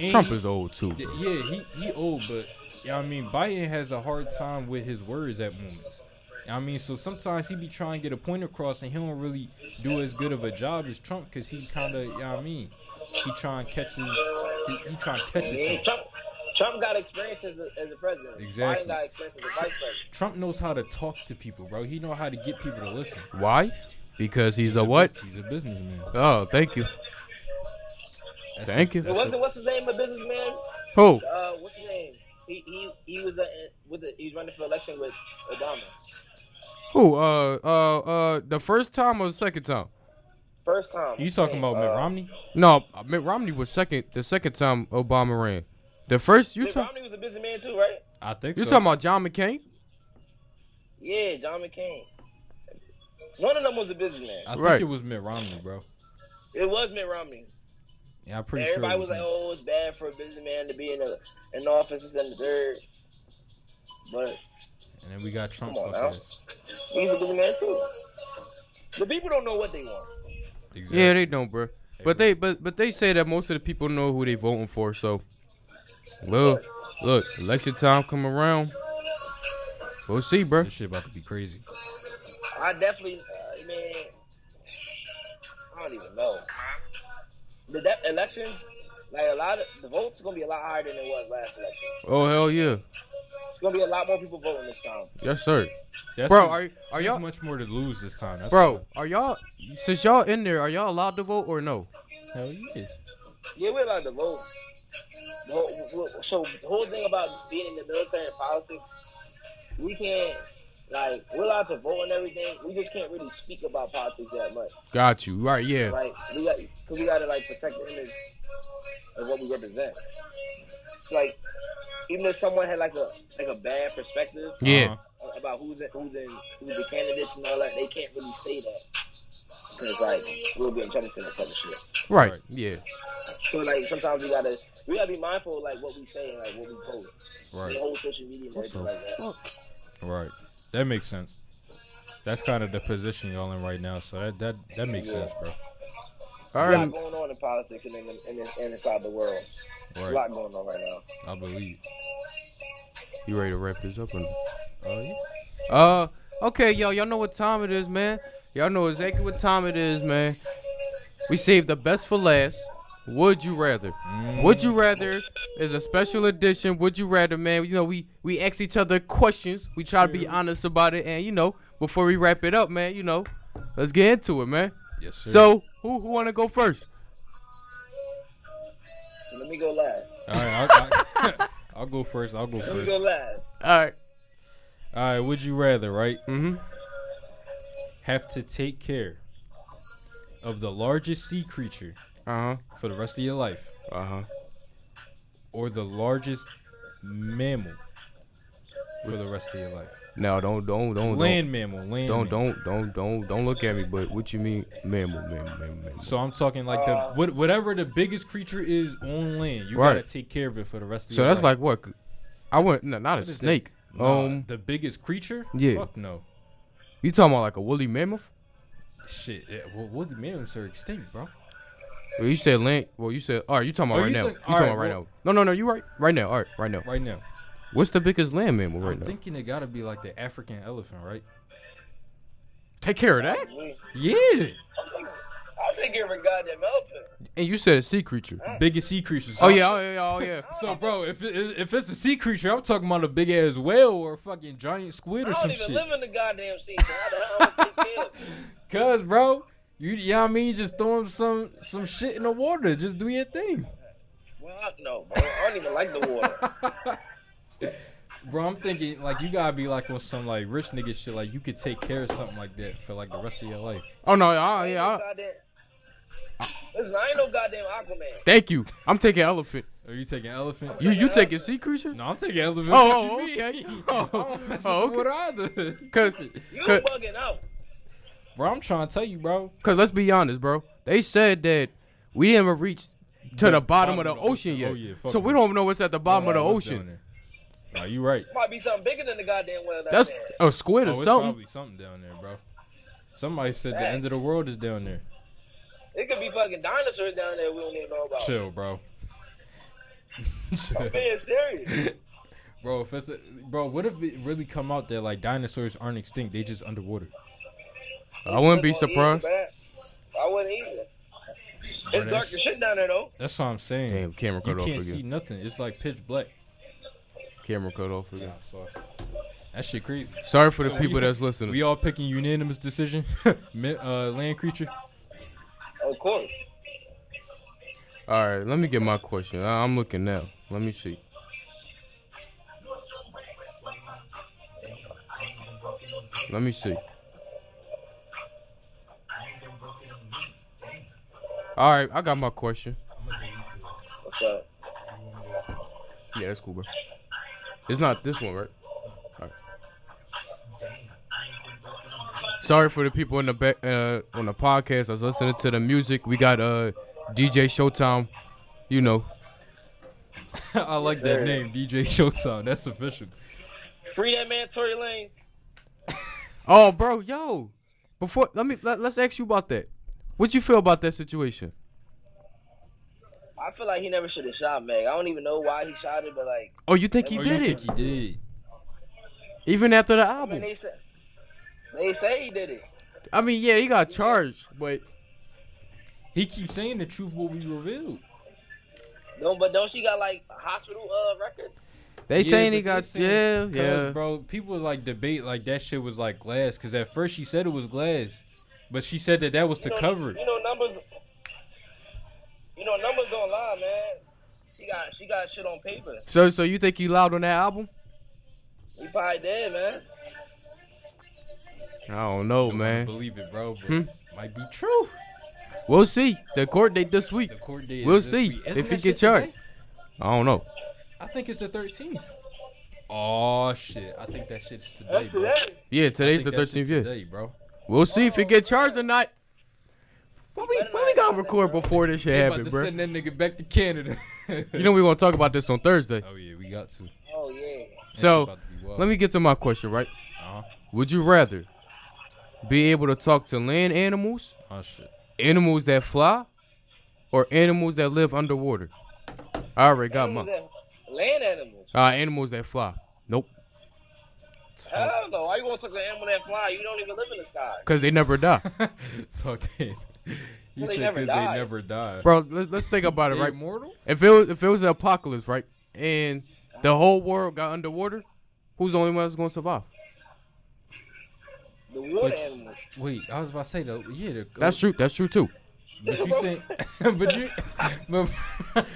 Speaker 2: And
Speaker 1: Trump is old too.
Speaker 2: Th-
Speaker 1: bro.
Speaker 2: Yeah, he, he old, but yeah, I mean Biden has a hard time with his words at moments. I mean, so sometimes he be trying to get a point across, and he don't really do as good of a job as Trump, cause he kind of, yeah, I mean, he trying to catch his, he, he trying to catch
Speaker 3: Yeah,
Speaker 2: himself.
Speaker 3: Trump, Trump got experience as a, as a president.
Speaker 2: Exactly.
Speaker 3: Biden got experience as a vice president.
Speaker 2: Trump knows how to talk to people, bro. He know how to get people to listen.
Speaker 1: Why? Because he's a what?
Speaker 2: He's a businessman.
Speaker 1: Oh, thank you.
Speaker 2: That's
Speaker 1: Thank
Speaker 2: the-
Speaker 1: you.
Speaker 2: that's
Speaker 3: What's,
Speaker 2: the-
Speaker 3: what's his name? A businessman?
Speaker 1: Who?
Speaker 3: Uh, what's his name? He he he was uh with the, he's running for election with Obama.
Speaker 1: Who? Uh, uh, uh, the first time or the second time?
Speaker 3: First time.
Speaker 2: You talking about
Speaker 3: uh,
Speaker 2: Mitt Romney?
Speaker 1: No, Mitt Romney was second. The second time Obama ran. The first you
Speaker 3: Mitt
Speaker 1: talk,
Speaker 3: Romney was a busy man too, right?
Speaker 2: I think
Speaker 1: you
Speaker 2: so.
Speaker 1: talking about John McCain?
Speaker 3: Yeah, John McCain. One of them was a businessman.
Speaker 2: I think
Speaker 1: Right.
Speaker 2: it was Mitt Romney, bro.
Speaker 3: It was Mitt Romney.
Speaker 2: Yeah, I'm pretty
Speaker 3: Everybody
Speaker 2: sure. it
Speaker 3: was
Speaker 2: was
Speaker 3: like,
Speaker 2: him.
Speaker 3: "Oh, it's bad for a businessman to be in a in office this and the third. But
Speaker 2: And then we got Trump
Speaker 3: oh, Come
Speaker 2: fuck
Speaker 3: on now.
Speaker 2: ass.
Speaker 3: he's a businessman too. The people don't know what they want.
Speaker 2: Exactly.
Speaker 1: Yeah, they don't, bro. But
Speaker 2: bro.
Speaker 1: they, but but they say that most of the people know who they voting for. So, well, look, election time come around. We'll see, bro.
Speaker 2: This shit about to be crazy.
Speaker 3: I definitely, uh, man, I don't even know. The de- elections, like a lot of the votes, gonna be a lot higher than it was last election.
Speaker 1: Oh hell yeah,
Speaker 3: It's gonna be a lot more people voting this time.
Speaker 1: yes sir.
Speaker 2: That's
Speaker 1: Bro,
Speaker 2: what-
Speaker 1: are are
Speaker 2: there's
Speaker 1: y'all,
Speaker 2: much more to lose this time? That's
Speaker 1: bro, are y'all since y'all in there, are y'all allowed to vote or no?
Speaker 2: all. hell yeah.
Speaker 3: Yeah, we're allowed to vote. The whole- wh- So the whole thing about being in the military and politics, we can't like we're allowed to vote and everything. We just can't really speak about politics that much.
Speaker 1: Got you right, yeah.
Speaker 3: Like we got, cause we gotta like protect the image of what we represent. It's like even if someone had like a like a bad perspective
Speaker 1: Yeah.
Speaker 2: Uh-huh.
Speaker 3: a- about who's in, who's in who's the candidates and all that, they can't really say that. Cause like we'll be in trouble for that type of shit.
Speaker 1: Right.
Speaker 2: Right.
Speaker 1: Yeah.
Speaker 3: So like sometimes we gotta we gotta be mindful of, like what we say and like what we post. The
Speaker 2: Uh-huh. Right,
Speaker 3: whole social media and
Speaker 1: What
Speaker 3: everything
Speaker 1: the
Speaker 3: like that.
Speaker 2: right. That makes sense. That's kind of the position y'all in right now, so that that that makes
Speaker 3: Yeah.
Speaker 2: sense, bro.
Speaker 1: All
Speaker 3: There's a lot
Speaker 1: right.
Speaker 3: going on in politics and in, in, in, and inside the world. There's a
Speaker 2: Right,
Speaker 3: lot going on right now.
Speaker 2: I believe.
Speaker 1: You ready to wrap this up? Or...
Speaker 2: Oh yeah.
Speaker 1: Uh, okay, yo, y'all know what time it is, man. Y'all know exactly what time it is, man. We saved the best for last. Would you rather? Would you rather is a special edition. Would you rather, man? You know, we we ask each other questions. We try to be
Speaker 2: Sure.
Speaker 1: honest about it, and you know, before we wrap it up, man, you know, let's get into it, man.
Speaker 2: Yes, sir.
Speaker 1: So, who who wanna go first?
Speaker 3: So let me go last.
Speaker 2: all right, I'll, I, I'll go first. I'll go
Speaker 3: Let me go
Speaker 2: first.
Speaker 3: last.
Speaker 1: All right.
Speaker 2: All right. Would you rather, right,
Speaker 1: Mm-hmm.
Speaker 2: have to take care of the largest sea creature
Speaker 1: Uh
Speaker 2: for the rest of your life,
Speaker 1: huh. Uh huh.
Speaker 2: or the largest mammal for the rest of your life?
Speaker 1: No, don't don't don't
Speaker 2: Land mammal. Land.
Speaker 1: don't
Speaker 2: mammal.
Speaker 1: don't don't don't don't look at me. But what you mean, mammal, mammal, mammal? mammal.
Speaker 2: So I'm talking like the what, whatever the biggest creature is on land, you
Speaker 1: Right.
Speaker 2: gotta take care of it for the rest of
Speaker 1: So
Speaker 2: your
Speaker 1: that's
Speaker 2: life.
Speaker 1: like what? I went no, not a
Speaker 2: is that?
Speaker 1: snake.
Speaker 2: Nah,
Speaker 1: Um,
Speaker 2: the biggest creature?
Speaker 1: yeah.
Speaker 2: Fuck no.
Speaker 1: you talking about like a woolly mammoth?
Speaker 2: Shit. Yeah, well, what the mammoths are extinct, bro?
Speaker 1: Well, you said land. Well, you said all right. You talking about
Speaker 2: Oh,
Speaker 1: right
Speaker 2: you
Speaker 1: now?
Speaker 2: think-
Speaker 1: you
Speaker 2: all
Speaker 1: talking about
Speaker 2: right,
Speaker 1: right
Speaker 2: well-
Speaker 1: now? No, no, no. You right right now. All right, right now.
Speaker 2: Right now,
Speaker 1: What's the biggest land mammal right
Speaker 2: I'm
Speaker 1: now?
Speaker 2: thinking it gotta be like the African elephant, right?
Speaker 1: Take care of that.
Speaker 3: I'll
Speaker 2: Yeah.
Speaker 3: take, I'll take care of a goddamn elephant.
Speaker 1: And you said a sea creature.
Speaker 2: Biggest sea creatures.
Speaker 1: Oh yeah, oh yeah, oh yeah.
Speaker 2: So, bro, if it, if it's a sea creature, I'm talking about a big ass whale or a fucking giant squid
Speaker 3: I
Speaker 2: or
Speaker 3: don't
Speaker 2: some
Speaker 3: even
Speaker 2: shit.
Speaker 3: live in the goddamn sea. So how the hell am I gonna get killed?
Speaker 2: Cause, bro, you, you know what I mean? Just throw him some some shit in the water. Just do your thing.
Speaker 3: Fuck no, bro. I don't even like the water.
Speaker 2: Bro, I'm thinking like you gotta be like on some like rich nigga shit. Like you could take care of something like that for like the rest of your life.
Speaker 1: Oh no, oh yeah. I-
Speaker 3: I ain't no goddamn- Listen, I ain't no goddamn Aquaman.
Speaker 1: thank you. I'm taking elephant.
Speaker 2: Are you taking elephant?
Speaker 1: You you taking sea creature?
Speaker 2: No, I'm taking elephant.
Speaker 1: Oh, oh,
Speaker 2: What
Speaker 1: okay.
Speaker 2: you mean? I
Speaker 1: Oh,
Speaker 2: don't mess
Speaker 1: oh,
Speaker 2: with the water either.
Speaker 1: Cause,
Speaker 3: You
Speaker 1: cause,
Speaker 3: bugging out.
Speaker 2: Bro, I'm trying to tell you, bro.
Speaker 1: cause let's be honest, bro. They said that we didn't even reach to the, bottom, of the, ocean, yet.
Speaker 2: Oh, yeah, fuck
Speaker 1: so we
Speaker 2: it.
Speaker 1: don't even know what's at the bottom of the
Speaker 2: What's down
Speaker 1: ocean.
Speaker 2: there? Nah, you right.
Speaker 3: Might be something bigger than the goddamn whale. down
Speaker 1: That's
Speaker 3: there.
Speaker 1: a squid
Speaker 2: Oh,
Speaker 1: or
Speaker 2: it's
Speaker 1: something.
Speaker 2: probably something down there, bro. Somebody said the end of the world is down there.
Speaker 3: It could be fucking dinosaurs down there we don't even know about.
Speaker 2: Chill, bro. Chill.
Speaker 3: I'm being serious.
Speaker 2: Bro, if it's a, bro, what if it really come out that like dinosaurs aren't extinct? They just underwater.
Speaker 1: I wouldn't be
Speaker 3: It's gonna eat
Speaker 1: surprised.
Speaker 3: it, man. I wouldn't either. It's dark as shit down there though.
Speaker 2: That's what I'm saying.
Speaker 1: Damn, camera
Speaker 2: you
Speaker 1: cut off
Speaker 2: can't see
Speaker 1: again.
Speaker 2: nothing. It's like pitch black.
Speaker 1: Camera cut off again.
Speaker 2: I saw it. That shit crazy.
Speaker 1: Sorry for the
Speaker 2: So
Speaker 1: people
Speaker 2: we-
Speaker 1: that's listening.
Speaker 2: We all picking unanimous decision. Mi- uh, land creature.
Speaker 3: Of course.
Speaker 1: All right, let me get my question. I- I'm looking now. Let me see. Let me see. All right, I got my question.
Speaker 3: What's up?
Speaker 1: Yeah, that's cool, bro. It's not this one, right? All right. Sorry for the people in the back uh, on the podcast. I was listening to the music. We got uh DJ Showtime. You know,
Speaker 2: I like
Speaker 3: sir.
Speaker 2: that name, DJ Showtime. That's official.
Speaker 3: Free that man Tory Lane.
Speaker 1: Oh, bro, yo. Before let me let, let's ask you about that. What you feel about that situation?
Speaker 3: I feel like he never should have shot Meg. I don't even know why he shot it, but like
Speaker 1: Oh, you think he
Speaker 2: Oh, you
Speaker 1: did
Speaker 2: think
Speaker 1: it
Speaker 2: he did?
Speaker 1: even after the
Speaker 3: I mean,
Speaker 1: album?
Speaker 3: they said they say he did it.
Speaker 1: I mean, yeah, he got charged, but
Speaker 2: He keeps saying the truth will be revealed.
Speaker 3: No, but don't she got like hospital uh records?
Speaker 1: they
Speaker 2: Yeah,
Speaker 1: saying he
Speaker 2: but they
Speaker 1: got
Speaker 2: saying-
Speaker 1: yeah,
Speaker 2: 'cause,
Speaker 1: yeah.
Speaker 2: Bro, people like debate like that shit was like glass because at first she said it was glass, but she said that that was to
Speaker 3: you know,
Speaker 2: cover it.
Speaker 3: You know numbers. You know numbers don't lie, man. She got she got shit on paper.
Speaker 1: So so you think he loud on that album?
Speaker 3: He probably did, man.
Speaker 1: I don't know,
Speaker 2: Don't
Speaker 1: Oh, man.
Speaker 2: Believe it, bro. But
Speaker 1: Hmm?
Speaker 2: Might be true.
Speaker 1: We'll see. The court date this week.
Speaker 2: The court date. is
Speaker 1: We'll
Speaker 2: this
Speaker 1: see
Speaker 2: week.
Speaker 1: if
Speaker 2: Isn't
Speaker 1: he get
Speaker 2: that shit today?
Speaker 1: charged. I don't know.
Speaker 2: I think it's the 13th. Oh shit! I think that shit's today,
Speaker 3: That's
Speaker 2: bro.
Speaker 3: today.
Speaker 2: I
Speaker 1: Yeah, today's
Speaker 2: think
Speaker 1: the
Speaker 2: that shit
Speaker 1: 13th. Yeah,
Speaker 2: Today, bro.
Speaker 1: we'll see if he get charged or not. What we
Speaker 3: Better
Speaker 1: what
Speaker 3: not
Speaker 1: we gotta
Speaker 3: have that,
Speaker 1: record
Speaker 3: bro.
Speaker 1: before this shit
Speaker 2: They about
Speaker 1: happen,
Speaker 2: to
Speaker 1: bro?
Speaker 2: send that nigga back to Canada.
Speaker 1: You know we gonna talk about this on Thursday.
Speaker 2: Oh yeah, we got to. That shit
Speaker 3: Oh yeah.
Speaker 1: So
Speaker 2: about to be wild.
Speaker 1: let me get to my question, right?
Speaker 2: Uh-huh.
Speaker 1: Would you rather be able to talk to land animals,
Speaker 2: Oh shit.
Speaker 1: animals that fly, or animals that live underwater? I already got
Speaker 3: Animals
Speaker 1: mine.
Speaker 3: that- Land animals.
Speaker 1: Uh, animals that fly. Nope.
Speaker 3: Hell no. Why you want to talk to an animal that fly? You don't even live in the sky.
Speaker 1: Because they never die.
Speaker 2: Talk to him. You
Speaker 3: Well, they
Speaker 2: said
Speaker 3: never
Speaker 2: because they
Speaker 3: die.
Speaker 2: never die.
Speaker 1: Bro, let's, let's think about it,
Speaker 2: They
Speaker 1: right?
Speaker 2: immortal?
Speaker 1: If it, was, if it was an apocalypse, right? And the whole world got underwater, who's the only one that's going to survive?
Speaker 3: The water
Speaker 2: Which-
Speaker 3: animals.
Speaker 2: Wait, I was about to say though. Yeah, the, uh,
Speaker 1: That's true. That's true, too.
Speaker 2: But you saying, but you, but,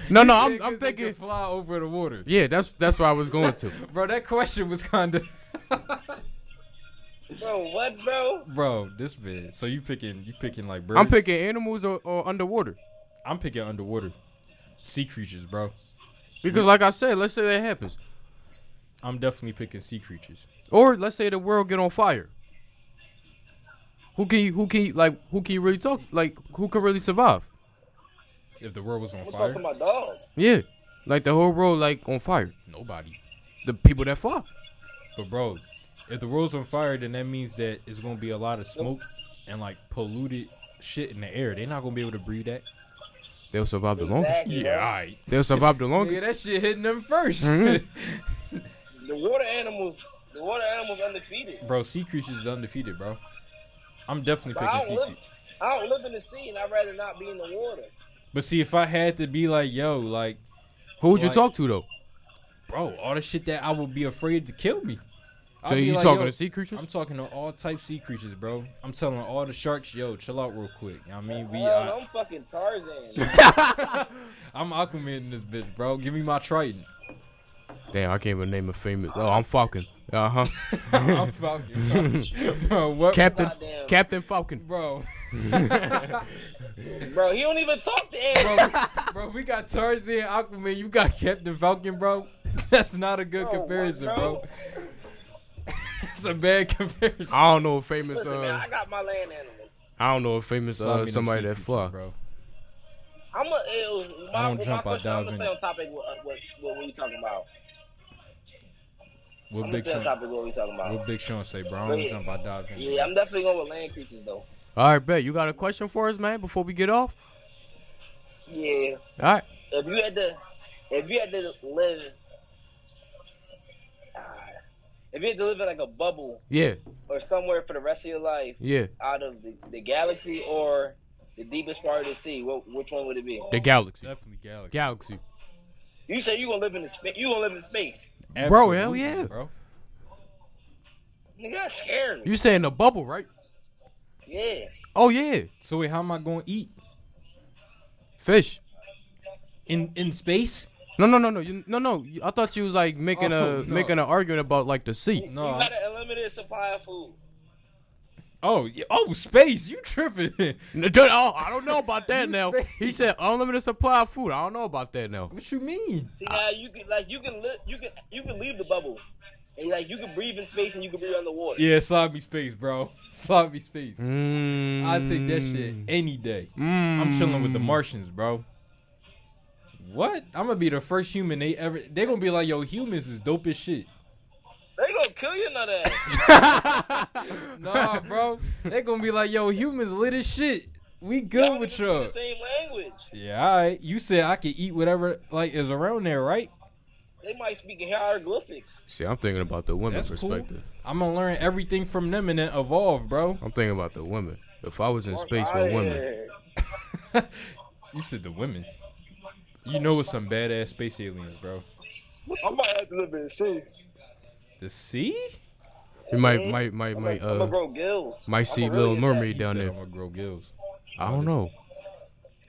Speaker 1: No, no,
Speaker 2: you
Speaker 1: I'm- I'm
Speaker 2: said 'cause they can
Speaker 1: thinking-
Speaker 2: fly over the water,
Speaker 1: Yeah, that's that's where I was going to.
Speaker 2: bro. That question was kind of,
Speaker 3: Bro, what, bro?
Speaker 2: bro. This bit. So you picking, you picking like birds.
Speaker 1: I'm picking animals or, or underwater.
Speaker 2: I'm picking underwater, sea creatures, bro.
Speaker 1: Because, like I said, let's say that happens.
Speaker 2: I'm definitely picking sea creatures.
Speaker 1: Or let's say the world get on fire. Who can you, who can you, like who can you really talk like who can really survive?
Speaker 2: If the world was on
Speaker 3: I'm
Speaker 2: fire,
Speaker 3: talking about dog.
Speaker 1: Yeah, like the whole world like on fire.
Speaker 2: nobody.
Speaker 1: The people that fly.
Speaker 2: But bro, if the world's on fire, then that means that it's gonna be a lot of smoke and like polluted shit in the air. They're not gonna be able to breathe that.
Speaker 1: They'll survive the longest.
Speaker 3: Exactly,
Speaker 2: Yeah,
Speaker 3: bro.
Speaker 2: alright.
Speaker 1: They'll survive the
Speaker 2: Nigga,
Speaker 1: longest.
Speaker 2: that shit hitting them 1st
Speaker 1: Mhm.
Speaker 3: The water animals. The water animals undefeated.
Speaker 2: Bro, sea creatures is undefeated, bro. I'm definitely
Speaker 3: But I
Speaker 2: picking
Speaker 3: don't
Speaker 2: sea
Speaker 3: live.
Speaker 2: creatures.
Speaker 3: I don't live in the sea, and I'd rather not be in the water.
Speaker 2: But see, if I had to be like, yo, like,
Speaker 1: Who would you
Speaker 2: Like-
Speaker 1: talk to though?
Speaker 2: bro, all the shit that I would be afraid to kill me. I'd
Speaker 1: So
Speaker 2: be
Speaker 1: you
Speaker 2: like,
Speaker 1: talking
Speaker 2: yo,
Speaker 1: to sea creatures?
Speaker 2: I'm talking to all type sea creatures, bro. I'm telling all the sharks, yo, chill out real quick. You know what I mean, we, uh,
Speaker 3: Hell,
Speaker 2: I,
Speaker 3: I'm fucking Tarzan.
Speaker 2: I'm Aquaman in this bitch, bro. Give me my Triton.
Speaker 1: Damn, I can't even name a famous. Oh, I'm Falcon. Uh huh.
Speaker 2: I'm Falcon, bro. bro what,
Speaker 1: Captain
Speaker 3: Goddamn.
Speaker 1: Captain Falcon.
Speaker 2: bro,
Speaker 3: Bro, he don't even talk to Aaron.
Speaker 2: bro, bro, we got Tarzan, Aquaman. You got Captain Falcon, bro. That's not a good
Speaker 3: Bro, what,
Speaker 2: comparison,
Speaker 3: bro?
Speaker 2: bro. It's a bad comparison.
Speaker 1: I don't know a famous.
Speaker 3: Listen, man,
Speaker 1: Uh,
Speaker 3: I got my land animal.
Speaker 1: I don't know a famous
Speaker 2: Sign me
Speaker 1: uh,
Speaker 2: them
Speaker 1: somebody
Speaker 2: sea
Speaker 1: that
Speaker 2: creatures,
Speaker 1: fly.
Speaker 2: bro.
Speaker 3: I'm a, it was, my,
Speaker 2: I don't
Speaker 3: my
Speaker 2: jump, I
Speaker 3: question,
Speaker 2: dive
Speaker 3: I'm gonna
Speaker 2: in.
Speaker 3: stay on topic. What, what, what we talking about?
Speaker 2: What
Speaker 3: I'm gonna
Speaker 2: Big
Speaker 3: stay on
Speaker 2: Sean?
Speaker 3: topic. What we talking about?
Speaker 2: What Big Sean say, bro? I don't
Speaker 3: Yeah.
Speaker 2: jump, I dive in.
Speaker 3: Yeah, I'm definitely going with land creatures though.
Speaker 1: All right, bet you got a question for us, man. Before we get off.
Speaker 3: Yeah,
Speaker 1: All right.
Speaker 3: if you had to, if you had to live, ah, if you had to live in like a bubble
Speaker 1: Yeah.
Speaker 3: or somewhere for the rest of your life,
Speaker 1: Yeah.
Speaker 3: out of the, the galaxy or the deepest part of the sea, what which one would it be?
Speaker 1: The galaxy.
Speaker 2: Definitely Galaxy.
Speaker 1: Galaxy.
Speaker 3: You say you gonna live in the space? You gonna live in space?
Speaker 1: Bro, hell
Speaker 2: Absolutely,
Speaker 1: yeah.
Speaker 2: bro.
Speaker 3: Nigga, that's scary.
Speaker 1: You saying the bubble, right?
Speaker 3: yeah.
Speaker 1: Oh yeah.
Speaker 2: So wait, how am I going to eat
Speaker 1: Fish.
Speaker 2: in in space?
Speaker 1: No, no, no, no, you, no, no. you- I thought you was like making
Speaker 2: Oh,
Speaker 1: a
Speaker 2: no.
Speaker 1: making an argument about like the sea.
Speaker 2: No.
Speaker 3: you
Speaker 2: I-
Speaker 3: got an unlimited supply of food.
Speaker 2: Oh, yeah. oh, space. You tripping?
Speaker 1: N- dude, Oh, I don't know about that
Speaker 2: You
Speaker 1: now.
Speaker 2: space.
Speaker 1: He said unlimited supply of food. I don't know about that now.
Speaker 2: what you mean?
Speaker 3: See now you can like you can live you can you can leave the bubble, and like you can breathe in space and you can breathe underwater.
Speaker 2: Yeah, slide me space, bro. Slide me space.
Speaker 1: Mm.
Speaker 2: I'd take that shit any day.
Speaker 1: Mm.
Speaker 2: I'm chilling with the Martians, bro. What? I'm gonna be the first human they ever. They gonna be like, yo, humans is dope as shit.
Speaker 3: They gonna kill you nut ass.
Speaker 2: Nah, bro. they gonna be like, yo, humans lit as shit. We
Speaker 3: Y'all
Speaker 2: good
Speaker 3: niggas
Speaker 2: with
Speaker 3: speak
Speaker 2: y'all.
Speaker 3: The same language.
Speaker 2: Yeah, all right. You said I could eat whatever like is around there, right?
Speaker 3: They might speak in hieroglyphics.
Speaker 1: See, I'm thinking about the women
Speaker 2: That's cool.
Speaker 1: perspective.
Speaker 2: I'm gonna learn everything from them and then evolve, bro.
Speaker 1: I'm thinking about the women. If I was in space
Speaker 3: Oh,
Speaker 1: with
Speaker 3: yeah.
Speaker 1: women,
Speaker 2: you said the women. You know it's some badass space aliens, bro.
Speaker 3: I might have to live in sea.
Speaker 2: The sea?
Speaker 1: you might, might, might,
Speaker 3: I'm
Speaker 1: might,
Speaker 3: gonna
Speaker 1: uh,
Speaker 3: grow gills.
Speaker 1: might
Speaker 3: I'ma
Speaker 1: see
Speaker 3: really
Speaker 1: Little
Speaker 3: get
Speaker 1: Mermaid
Speaker 2: He
Speaker 1: down
Speaker 2: said
Speaker 1: there.
Speaker 2: I'm gonna grow gills.
Speaker 1: I don't know.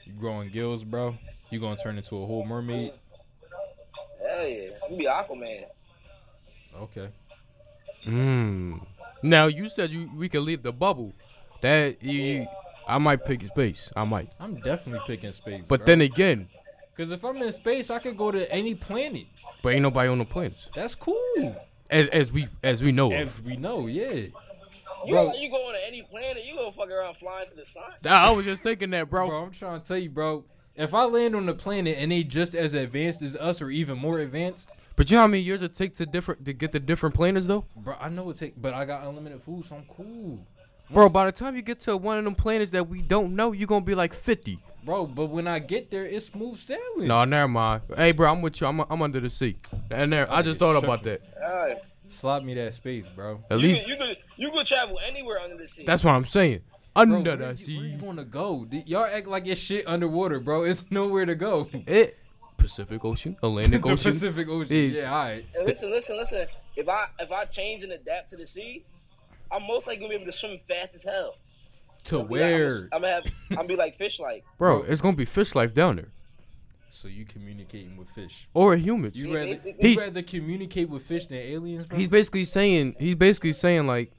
Speaker 2: You growing gills, bro? You gonna turn into a whole mermaid?
Speaker 3: that. Hell yeah, you be Aquaman.
Speaker 2: Okay.
Speaker 1: Mm. Now you said you we could leave the bubble. That you, you- I might pick space. I might.
Speaker 2: I'm definitely picking space.
Speaker 1: But then again,
Speaker 2: because if I'm in space, I could go to any planet.
Speaker 1: but ain't nobody on the planet.
Speaker 2: That's cool.
Speaker 1: As, as we as we know. Of.
Speaker 2: As we know, yeah.
Speaker 3: You
Speaker 2: Bro,
Speaker 3: you going to any planet? You gonna fuck around flying to the sun?
Speaker 1: I was just thinking that, bro.
Speaker 2: Bro, I'm trying to tell you, bro. If I land on the planet and they just as advanced as us or even more advanced,
Speaker 1: But you know how many years it takes to different to get the different planets though,
Speaker 2: bro, I know it take. But I got unlimited food, so I'm cool,
Speaker 1: bro. By the time you get to one of them planets that we don't know, you gonna be like fifty.
Speaker 2: bro. But when I get there, it's smooth sailing.
Speaker 1: No, never mind. Hey, bro, I'm with you. I'm I'm under the sea. And there, I just thought about that.
Speaker 3: Alright.
Speaker 2: Slot me that space, bro.
Speaker 1: At
Speaker 3: You
Speaker 1: least
Speaker 3: could, you could you could travel anywhere under the sea.
Speaker 1: that's what I'm saying.
Speaker 2: Bro,
Speaker 1: Under
Speaker 2: where,
Speaker 1: the
Speaker 2: you, where
Speaker 1: sea.
Speaker 2: you wanna go? D- Y'all act like it's shit underwater, bro. It's nowhere to go.
Speaker 1: It Pacific Ocean, Atlantic
Speaker 2: the
Speaker 1: Ocean.
Speaker 2: Pacific Ocean.
Speaker 1: Yeah.
Speaker 2: Yeah, all right.
Speaker 3: and listen, listen, listen. If I if I change and adapt to the sea, I'm most likely gonna be able to swim fast as hell.
Speaker 2: To
Speaker 3: Be like, I'm
Speaker 2: where?
Speaker 3: gonna- I'm gonna have I'm gonna be like fish like.
Speaker 1: Bro, it's gonna be fish life down there.
Speaker 2: So you communicating with fish?
Speaker 1: Or humans.
Speaker 2: You rather
Speaker 3: basically-
Speaker 2: you rather communicate with fish than aliens, bro?
Speaker 1: he's basically saying he's basically saying like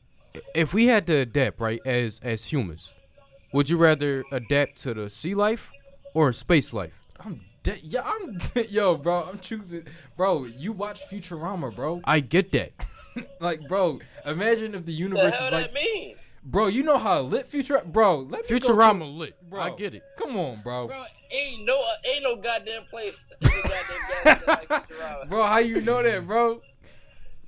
Speaker 1: if we had to adapt, right, as as humans, would you rather adapt to the sea life or space life?
Speaker 2: I'm de- yeah, I'm de- yo, bro. I'm choosing, bro. You watch Futurama, bro.
Speaker 1: I get that.
Speaker 2: Like, bro. Imagine if the
Speaker 3: What the
Speaker 2: universe
Speaker 3: hell
Speaker 2: is
Speaker 3: that
Speaker 2: like,
Speaker 3: mean?
Speaker 2: bro. You know how lit Future, bro. Let me go to-
Speaker 1: Futurama lit.
Speaker 2: bro.
Speaker 1: I get it.
Speaker 2: Come on, bro.
Speaker 3: Bro, ain't no ain't no goddamn place. in the goddamn galaxy like Futurama.
Speaker 2: Bro, how you know that, bro?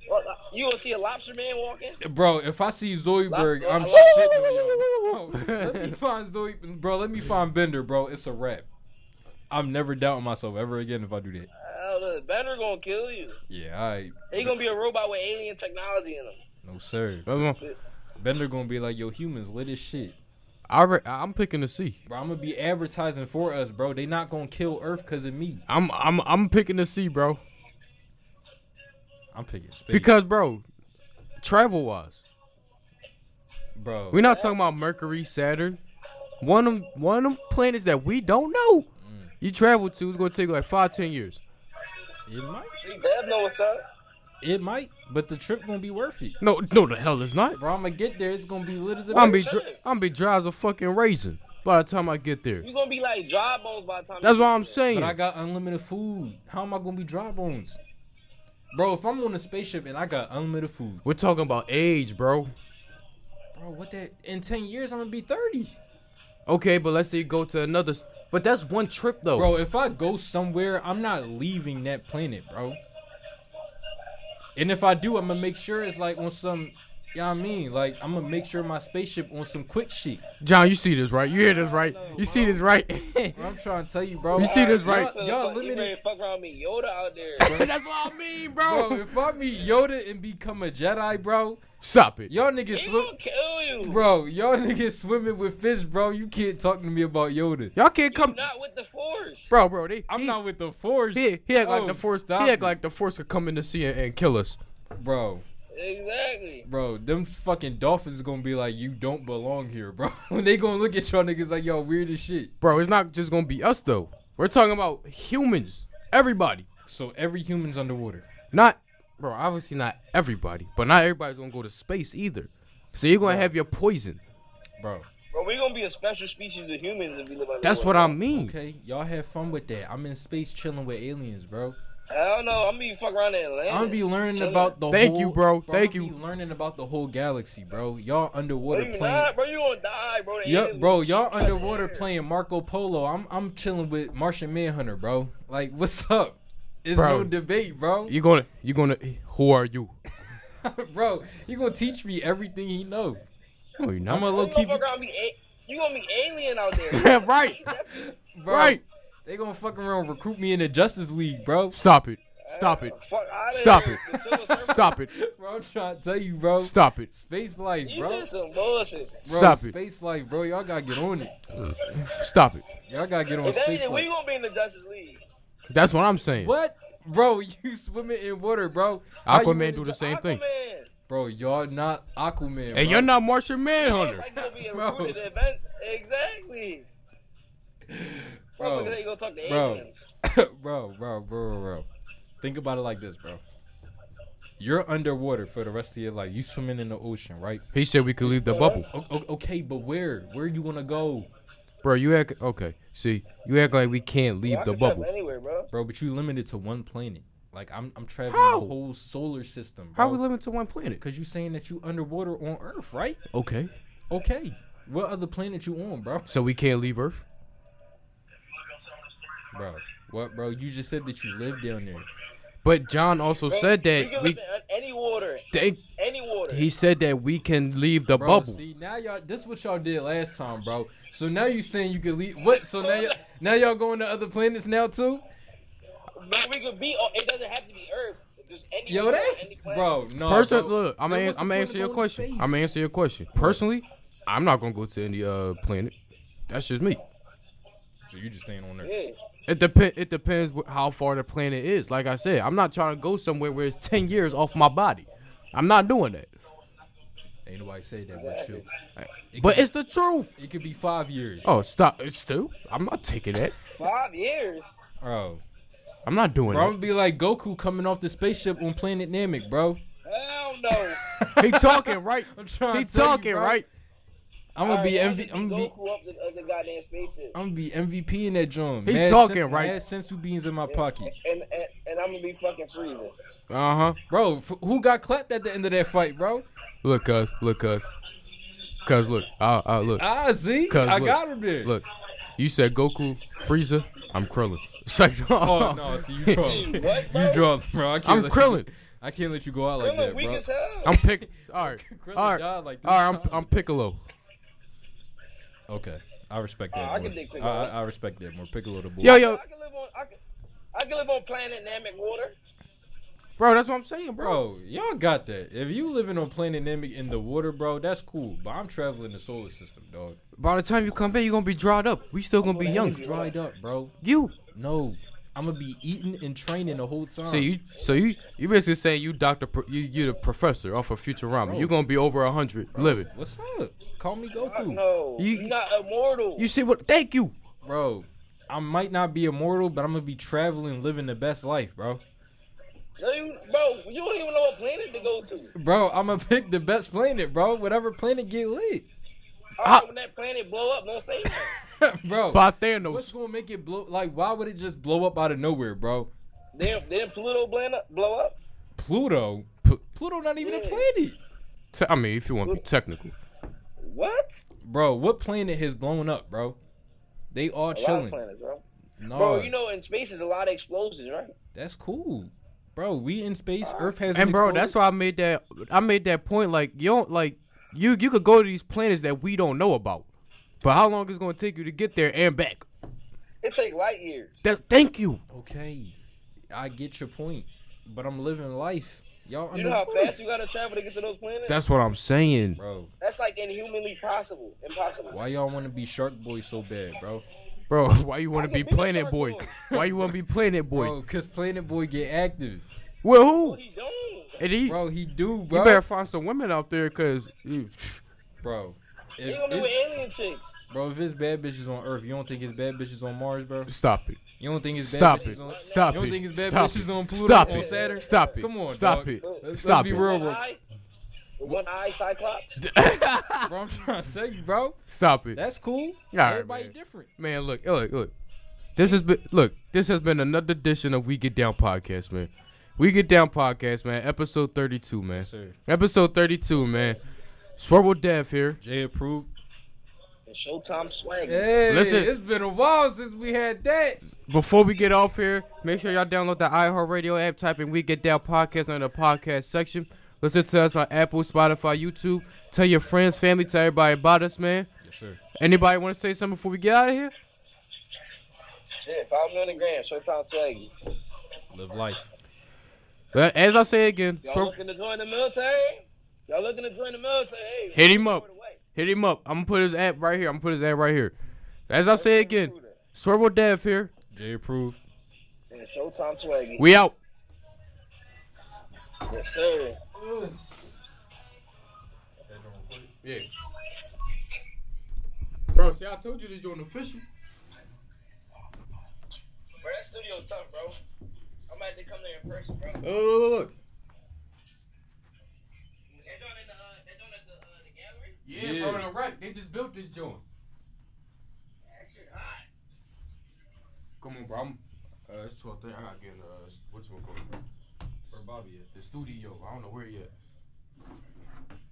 Speaker 3: Well, uh, You gonna see a lobster man walking?
Speaker 2: Bro, if I see Zoidberg, I'm
Speaker 3: Woo,
Speaker 2: shitting on yo. Bro, Let me find Zoid, bro. Let me find Bender, bro. It's a wrap. I'm never doubting myself ever again if I do that.
Speaker 3: Oh, the better gonna kill you.
Speaker 2: Yeah, all right.
Speaker 3: He gonna be a robot with alien technology in him.
Speaker 2: No sir.
Speaker 1: Come on.
Speaker 2: Bender gonna be like, yo, humans lit as shit.
Speaker 1: I re- I'm picking the C.
Speaker 2: Bro, I'm gonna be advertising for us, bro. They not gonna kill Earth because of me.
Speaker 1: I'm I'm I'm picking the C, bro.
Speaker 2: I'm picking space.
Speaker 1: Because bro, travel wise,
Speaker 2: bro,
Speaker 1: we're not talking about Mercury, Saturn. One of them, one of them planets that we don't know.
Speaker 2: Mm.
Speaker 1: You travel to it's gonna take like five, ten years.
Speaker 2: it might,
Speaker 3: See, Dev know what's up.
Speaker 2: it might, but the trip gonna be worth it.
Speaker 1: No, no, the hell is not.
Speaker 2: Bro, I'm gonna get there. It's gonna be lit as a
Speaker 1: I'm be
Speaker 2: bitch.
Speaker 1: dr- I'm be dry as a fucking raisin by the time I get there.
Speaker 3: You gonna be like dry bones by the time.
Speaker 1: That's
Speaker 3: you
Speaker 1: what
Speaker 3: get
Speaker 1: I'm
Speaker 3: there.
Speaker 1: saying.
Speaker 2: But I got unlimited food. How am I gonna be dry bones? Bro, if I'm on a spaceship and I got unlimited food,
Speaker 1: We're talking about age, bro.
Speaker 2: bro, what that? In ten years, I'm gonna be thirty.
Speaker 1: Okay, but let's say you go to another. s- But that's one trip though.
Speaker 2: Bro, if I go somewhere, I'm not leaving that planet, bro. And if I do, I'm gonna make sure it's like on some, you know what I mean? Like, I'm gonna make sure my spaceship on some quick shit.
Speaker 1: John, you see this right? You hear this right? You see this right?
Speaker 2: I'm trying to tell you, bro.
Speaker 1: You see this right?
Speaker 2: Y'all,
Speaker 3: Y'all,
Speaker 2: y'all
Speaker 3: fuck, you ready
Speaker 2: limited.
Speaker 3: to fuck around me Yoda out there.
Speaker 1: that's what I mean, bro.
Speaker 2: Bro, if I meet Yoda and become a Jedi, bro,
Speaker 1: Stop it.
Speaker 2: y'all niggas
Speaker 3: He
Speaker 2: swim.
Speaker 3: gonna kill you.
Speaker 2: Bro, y'all niggas swimming with fish, bro. You can't talk to me about Yoda.
Speaker 1: Y'all can't
Speaker 3: Come
Speaker 1: come,
Speaker 3: not with the force.
Speaker 1: bro, bro. They,
Speaker 2: I'm
Speaker 1: he-
Speaker 2: not with the force.
Speaker 1: He, he act
Speaker 2: Oh,
Speaker 1: like the force. He
Speaker 2: stop
Speaker 1: act
Speaker 2: it.
Speaker 1: like the force could come in the sea and, and kill us.
Speaker 2: bro,
Speaker 3: Exactly.
Speaker 2: bro. Them fucking dolphins gonna be like, you don't belong here, bro. they gonna look at y'all niggas like y'all weird as shit.
Speaker 1: Bro, it's not just gonna be us though. We're talking about humans, everybody.
Speaker 2: So every human's underwater.
Speaker 1: Not, bro. Obviously not everybody, but not everybody's gonna go to space either. So you're gonna have your poison.
Speaker 2: Bro.
Speaker 3: Bro, we gonna be a special species of humans if we live on.
Speaker 1: That's what I mean.
Speaker 2: Okay, y'all have fun with that. I'm in space chilling with aliens, bro.
Speaker 3: I don't know. I'm gonna be fuck around in Atlanta.
Speaker 2: I'm gonna be learning
Speaker 3: Chilling.
Speaker 2: about the
Speaker 1: Thank
Speaker 2: whole
Speaker 1: you, bro. Thank
Speaker 2: I'ma be
Speaker 1: you.
Speaker 2: learning about the whole galaxy, bro. Y'all
Speaker 3: Bro,
Speaker 2: underwater
Speaker 3: you
Speaker 2: playing
Speaker 3: not, bro. You gonna die, bro. The
Speaker 2: Yup,
Speaker 3: aliens
Speaker 2: bro,
Speaker 3: gonna
Speaker 2: y'all
Speaker 3: shoot you
Speaker 2: underwater
Speaker 3: out of
Speaker 2: playing Marco Polo. I'm I'm chilling with Martian Manhunter, bro. Like, what's up? It's
Speaker 1: Bro.
Speaker 2: no debate, bro.
Speaker 1: You're gonna, you're gonna. Who are you?
Speaker 2: bro, you gonna teach me everything he know.
Speaker 1: No, you're
Speaker 2: I'm
Speaker 1: not.
Speaker 2: gonna
Speaker 3: there.
Speaker 2: low
Speaker 3: You
Speaker 2: keep,
Speaker 3: motherfucker gonna be a- you gonna be alien out there.
Speaker 1: right,
Speaker 2: bro.
Speaker 1: right.
Speaker 2: They gonna fuck around recruit me in the Justice League, bro.
Speaker 1: Stop it. Stop it.
Speaker 3: Fuck outta
Speaker 1: Stop
Speaker 3: here.
Speaker 1: it.
Speaker 3: The civil servant-
Speaker 1: Stop it.
Speaker 2: Bro, I'm trying to tell you, bro.
Speaker 1: Stop it.
Speaker 2: Space life,
Speaker 3: You
Speaker 2: bro.
Speaker 3: did some bullshit.
Speaker 2: Bro,
Speaker 1: Stop it.
Speaker 2: space life, bro. Y'all gotta get on it.
Speaker 1: Stop it.
Speaker 2: Y'all gotta get on
Speaker 3: If
Speaker 2: space
Speaker 3: anything, we
Speaker 2: life.
Speaker 3: gonna be in the Justice League.
Speaker 1: That's what I'm saying.
Speaker 2: What? Bro, you swimming in water, bro. How you
Speaker 1: Aquaman
Speaker 2: in
Speaker 1: do
Speaker 2: the-
Speaker 1: the same thing.
Speaker 3: Aquaman.
Speaker 2: Bro, y'all not Aquaman.
Speaker 1: And
Speaker 2: bro.
Speaker 1: you're not Martian Manhunter.
Speaker 3: Like gonna be
Speaker 2: Bro.
Speaker 3: recruited to events. Exactly. Bro,
Speaker 2: Bro.
Speaker 3: they gonna talk to
Speaker 2: Bro.
Speaker 3: aliens.
Speaker 2: bro, bro, bro, bro, bro. Think about it like this, bro. You're underwater for the rest of your life. You swimming in the ocean, right?
Speaker 1: He said we could leave the bubble.
Speaker 2: O- o- okay, but where? Where you gonna go,
Speaker 1: Bro, you act okay. See, you act like we can't leave
Speaker 3: Bro, I
Speaker 1: the
Speaker 3: can travel
Speaker 1: bubble.
Speaker 3: Anywhere, bro.
Speaker 2: bro? But you limited to one planet. Like I'm, I'm traveling
Speaker 1: How?
Speaker 2: the whole solar system,
Speaker 1: How we
Speaker 2: bro.
Speaker 1: limit to one planet?
Speaker 2: Cause you saying that you underwater on Earth, right?
Speaker 1: Okay,
Speaker 2: Okay. What other planet you on, bro?
Speaker 1: so we can't leave Earth.
Speaker 2: Bro, what, bro? You just said that you live down there.
Speaker 1: But John also
Speaker 3: Bro,
Speaker 1: said
Speaker 3: we
Speaker 1: that
Speaker 3: can
Speaker 1: we
Speaker 3: live in any water,
Speaker 1: they
Speaker 3: any water.
Speaker 1: he said that we can leave the
Speaker 2: Bro,
Speaker 1: bubble.
Speaker 2: see now y'all. This what y'all did last time, bro. So now you saying you could leave? What? So now y'all, now y'all going to other planets now too?
Speaker 3: Bro, we could be. On, it doesn't have to be Earth. Just any
Speaker 2: Yo,
Speaker 3: water,
Speaker 2: that's
Speaker 3: any planet.
Speaker 2: bro. No,
Speaker 1: First,
Speaker 2: bro.
Speaker 1: look, I'm
Speaker 2: Then
Speaker 1: gonna
Speaker 2: what's the
Speaker 1: I'm
Speaker 2: point
Speaker 1: answer
Speaker 2: of
Speaker 1: your
Speaker 2: going to
Speaker 1: question.
Speaker 2: space?
Speaker 1: I'm gonna answer your question. Personally, I'm not gonna go to any uh planet. That's just me.
Speaker 2: So you just staying on there.
Speaker 3: Yeah.
Speaker 1: It depend. It depends wh- how far the planet is. Like I said, I'm not trying to go somewhere where it's ten years off my body. I'm not doing that.
Speaker 2: Ain't nobody say that but you. It
Speaker 1: But
Speaker 2: could,
Speaker 1: it's the truth.
Speaker 2: it could be five years,
Speaker 1: Oh, stop! It's still. I'm not taking that.
Speaker 3: Five years.
Speaker 2: bro.
Speaker 1: I'm not doing
Speaker 2: Bro, I'm
Speaker 1: that.
Speaker 2: gonna be like Goku coming off the spaceship on Planet Namek, bro.
Speaker 3: Hell no.
Speaker 1: He talking right.
Speaker 2: I'm trying.
Speaker 1: He
Speaker 2: to tell you,
Speaker 1: talking
Speaker 2: bro.
Speaker 1: right.
Speaker 2: I'm gonna be
Speaker 3: Alright,
Speaker 2: MV.
Speaker 3: y'all
Speaker 2: I'm
Speaker 3: just
Speaker 2: gonna be.
Speaker 3: Goku up the, up the goddamn spaceship.
Speaker 2: I'm gonna be MVP in that drum.
Speaker 1: He
Speaker 2: Mad
Speaker 1: talking,
Speaker 2: sen-
Speaker 1: right?
Speaker 2: Mad sensu beans in my pocket,
Speaker 3: And, and and I'm gonna be fucking freezing.
Speaker 1: Uh huh.
Speaker 2: bro. F- who got clapped at the end of that fight, bro?
Speaker 1: Look, cuz. Look, cuz. Cuz, look. Uh, uh, look.
Speaker 2: Ah, Z,
Speaker 1: Cuz,
Speaker 2: I
Speaker 1: look,
Speaker 2: got him there.
Speaker 1: Look. You said Goku, Frieza. I'm Krillin. It's like,
Speaker 2: Oh no, see you drunk.
Speaker 3: What, bro?
Speaker 2: you drunk, bro. I can't
Speaker 1: I'm
Speaker 2: let
Speaker 1: Krillin.
Speaker 2: You, I can't let you go out like
Speaker 3: Krillin
Speaker 2: that,
Speaker 3: weak
Speaker 2: bro.
Speaker 3: as hell.
Speaker 1: I'm pick. All right.
Speaker 2: Krillin
Speaker 1: All right.
Speaker 2: died like three
Speaker 1: all right. I'm,
Speaker 2: times.
Speaker 1: I'm Piccolo.
Speaker 2: Okay, I respect that.
Speaker 3: Uh, I
Speaker 2: more.
Speaker 3: can dig Piccolo.
Speaker 2: I, I respect that more. Piccolo the boy.
Speaker 1: Yo, yo.
Speaker 3: I can live on I can, I can live on planet Namek water.
Speaker 1: bro. That's what I'm saying, bro.
Speaker 2: Bro, y'all got that. If you living on planet Namek in the water, bro, that's cool. But I'm traveling the solar system, dog.
Speaker 1: By the time you come back, you're gonna be dried up. We still gonna be young.
Speaker 2: dried up, bro.
Speaker 1: You
Speaker 2: No, I'm gonna be eating and training the whole time.
Speaker 1: see you. So you you basically saying you doctor pro, you you the professor off of Futurama. You're gonna be over hundred living.
Speaker 2: what's up? Call me Goku,
Speaker 3: No,
Speaker 1: You-
Speaker 3: you, are not immortal.
Speaker 1: You see what? Thank you.
Speaker 2: bro. I might not be immortal, but I'm gonna be traveling, living the best life, bro.
Speaker 3: no, you, bro, you don't even know what planet to go to.
Speaker 2: Bro, I'm gonna pick the best planet, bro. Whatever planet get lit,
Speaker 3: All
Speaker 1: Ah.
Speaker 3: right, when that planet blow up, don't say nothing.
Speaker 2: bro.
Speaker 1: By
Speaker 2: What's
Speaker 1: Thanos.
Speaker 2: gonna make it blow? Like, why would it just blow up out of nowhere, bro?
Speaker 3: Then, then Pluto blow up, blow up.
Speaker 2: Pluto,
Speaker 1: P-
Speaker 2: Pluto, not even a
Speaker 3: Yeah.
Speaker 2: planet,
Speaker 1: te- I mean, if you want to be technical,
Speaker 3: What?
Speaker 2: bro. What planet has blown up, bro? They all
Speaker 3: A lot of
Speaker 2: chilling.
Speaker 3: planets, bro.
Speaker 2: No,
Speaker 3: Bro, you know in space is a lot of explosions, right?
Speaker 2: that's cool, bro. We in space.
Speaker 3: Uh,
Speaker 2: Earth has
Speaker 1: and bro, that's why I made that. I made that point. Like you don't like you. You could go to these planets that we don't know about, but how long is it gonna take you to get there and back?
Speaker 3: It take light years.
Speaker 1: That thank you.
Speaker 2: Okay, I get your point, but I'm living life. Y'all
Speaker 3: You know how
Speaker 2: underwater.
Speaker 3: fast you gotta travel to get to those planets?
Speaker 1: That's what I'm saying.
Speaker 2: bro.
Speaker 3: That's like inhumanly possible. Impossible.
Speaker 2: Why y'all want to be Shark Boy so bad, bro?
Speaker 1: Bro, why you want to
Speaker 3: I'm
Speaker 1: be
Speaker 3: a big
Speaker 1: Planet
Speaker 3: shark
Speaker 1: Boy?
Speaker 3: boy.
Speaker 1: Why you want to be Planet Boy?
Speaker 2: Bro, cause Planet Boy get active,
Speaker 1: Well, who?
Speaker 3: He don't.
Speaker 1: And he,
Speaker 2: bro. He do, bro.
Speaker 1: you better find some women out there, cause you-
Speaker 2: bro. If,
Speaker 3: He gonna be
Speaker 2: it's-
Speaker 3: with alien chicks.
Speaker 2: Bro, if it's bad bitches on Earth, you don't think it's bad bitches on Mars, bro?
Speaker 1: stop it,
Speaker 2: You don't think it's bad
Speaker 1: stop
Speaker 2: bitches
Speaker 1: it,
Speaker 2: on
Speaker 1: stop
Speaker 2: You don't
Speaker 1: it,
Speaker 2: think it's bad
Speaker 1: stop
Speaker 2: bitches
Speaker 1: it,
Speaker 2: on Pluto
Speaker 1: stop
Speaker 2: on
Speaker 1: it,
Speaker 2: Saturn?
Speaker 1: stop it,
Speaker 2: Come on,
Speaker 1: stop
Speaker 2: dog.
Speaker 1: it,
Speaker 2: Let's- let's
Speaker 1: stop
Speaker 2: be
Speaker 1: it,
Speaker 2: real.
Speaker 3: One eye, with one eye cyclops.
Speaker 2: Bro, I'm trying to tell you, bro.
Speaker 1: stop it.
Speaker 2: That's cool.
Speaker 1: right,
Speaker 2: Everybody
Speaker 1: man.
Speaker 2: different.
Speaker 1: Man, look, look, look. This has been look. This has been another edition of We Get Down podcast, man. We Get Down podcast, man. Episode thirty-two, man.
Speaker 2: sir.
Speaker 1: Episode thirty-two, man. Swerve Dev here.
Speaker 2: Jay approved.
Speaker 3: And Showtime swag.
Speaker 2: Hey,
Speaker 1: Listen.
Speaker 2: it's been a while since we had that.
Speaker 1: Before we get off here, make sure y'all download the iHeartRadio app. Type in "We Get Down Podcast" under the podcast section. Listen to us on Apple, Spotify, YouTube. Tell your friends, family, tell everybody about us, man.
Speaker 2: Yes, sir.
Speaker 1: Anybody want to say something before we get out of here?
Speaker 3: Shit, five million grand. Showtime swag.
Speaker 2: Live life.
Speaker 1: Uh, As I say again,
Speaker 3: Y'all
Speaker 1: Swerve-
Speaker 3: looking to join the military? Y'all looking to join the military? Hey,
Speaker 1: Hit him up.
Speaker 3: throw it away.
Speaker 1: Hit him up. I'm gonna put his app right here. I'm gonna put his app right here. As I say again, Swervo Dev here.
Speaker 2: Jay approved.
Speaker 3: And Showtime swag.
Speaker 1: We out.
Speaker 3: Yes, sir.
Speaker 1: Yeah. Bro, see, I told you this joint official.
Speaker 3: Bro, that studio tough, bro. I'm about to come there in person, bro.
Speaker 1: Look, look, look, look.
Speaker 3: They're doing it, uh, they're doing it, uh, the gallery?
Speaker 1: Yeah,
Speaker 2: Yeah.
Speaker 1: bro, in Iraq, they just built this joint.
Speaker 3: That shit hot.
Speaker 1: Come on, bro. I'm, uh, it's 12:30. I gotta get uh, what's it called? Where Bobby at? The studio. I don't know where he at.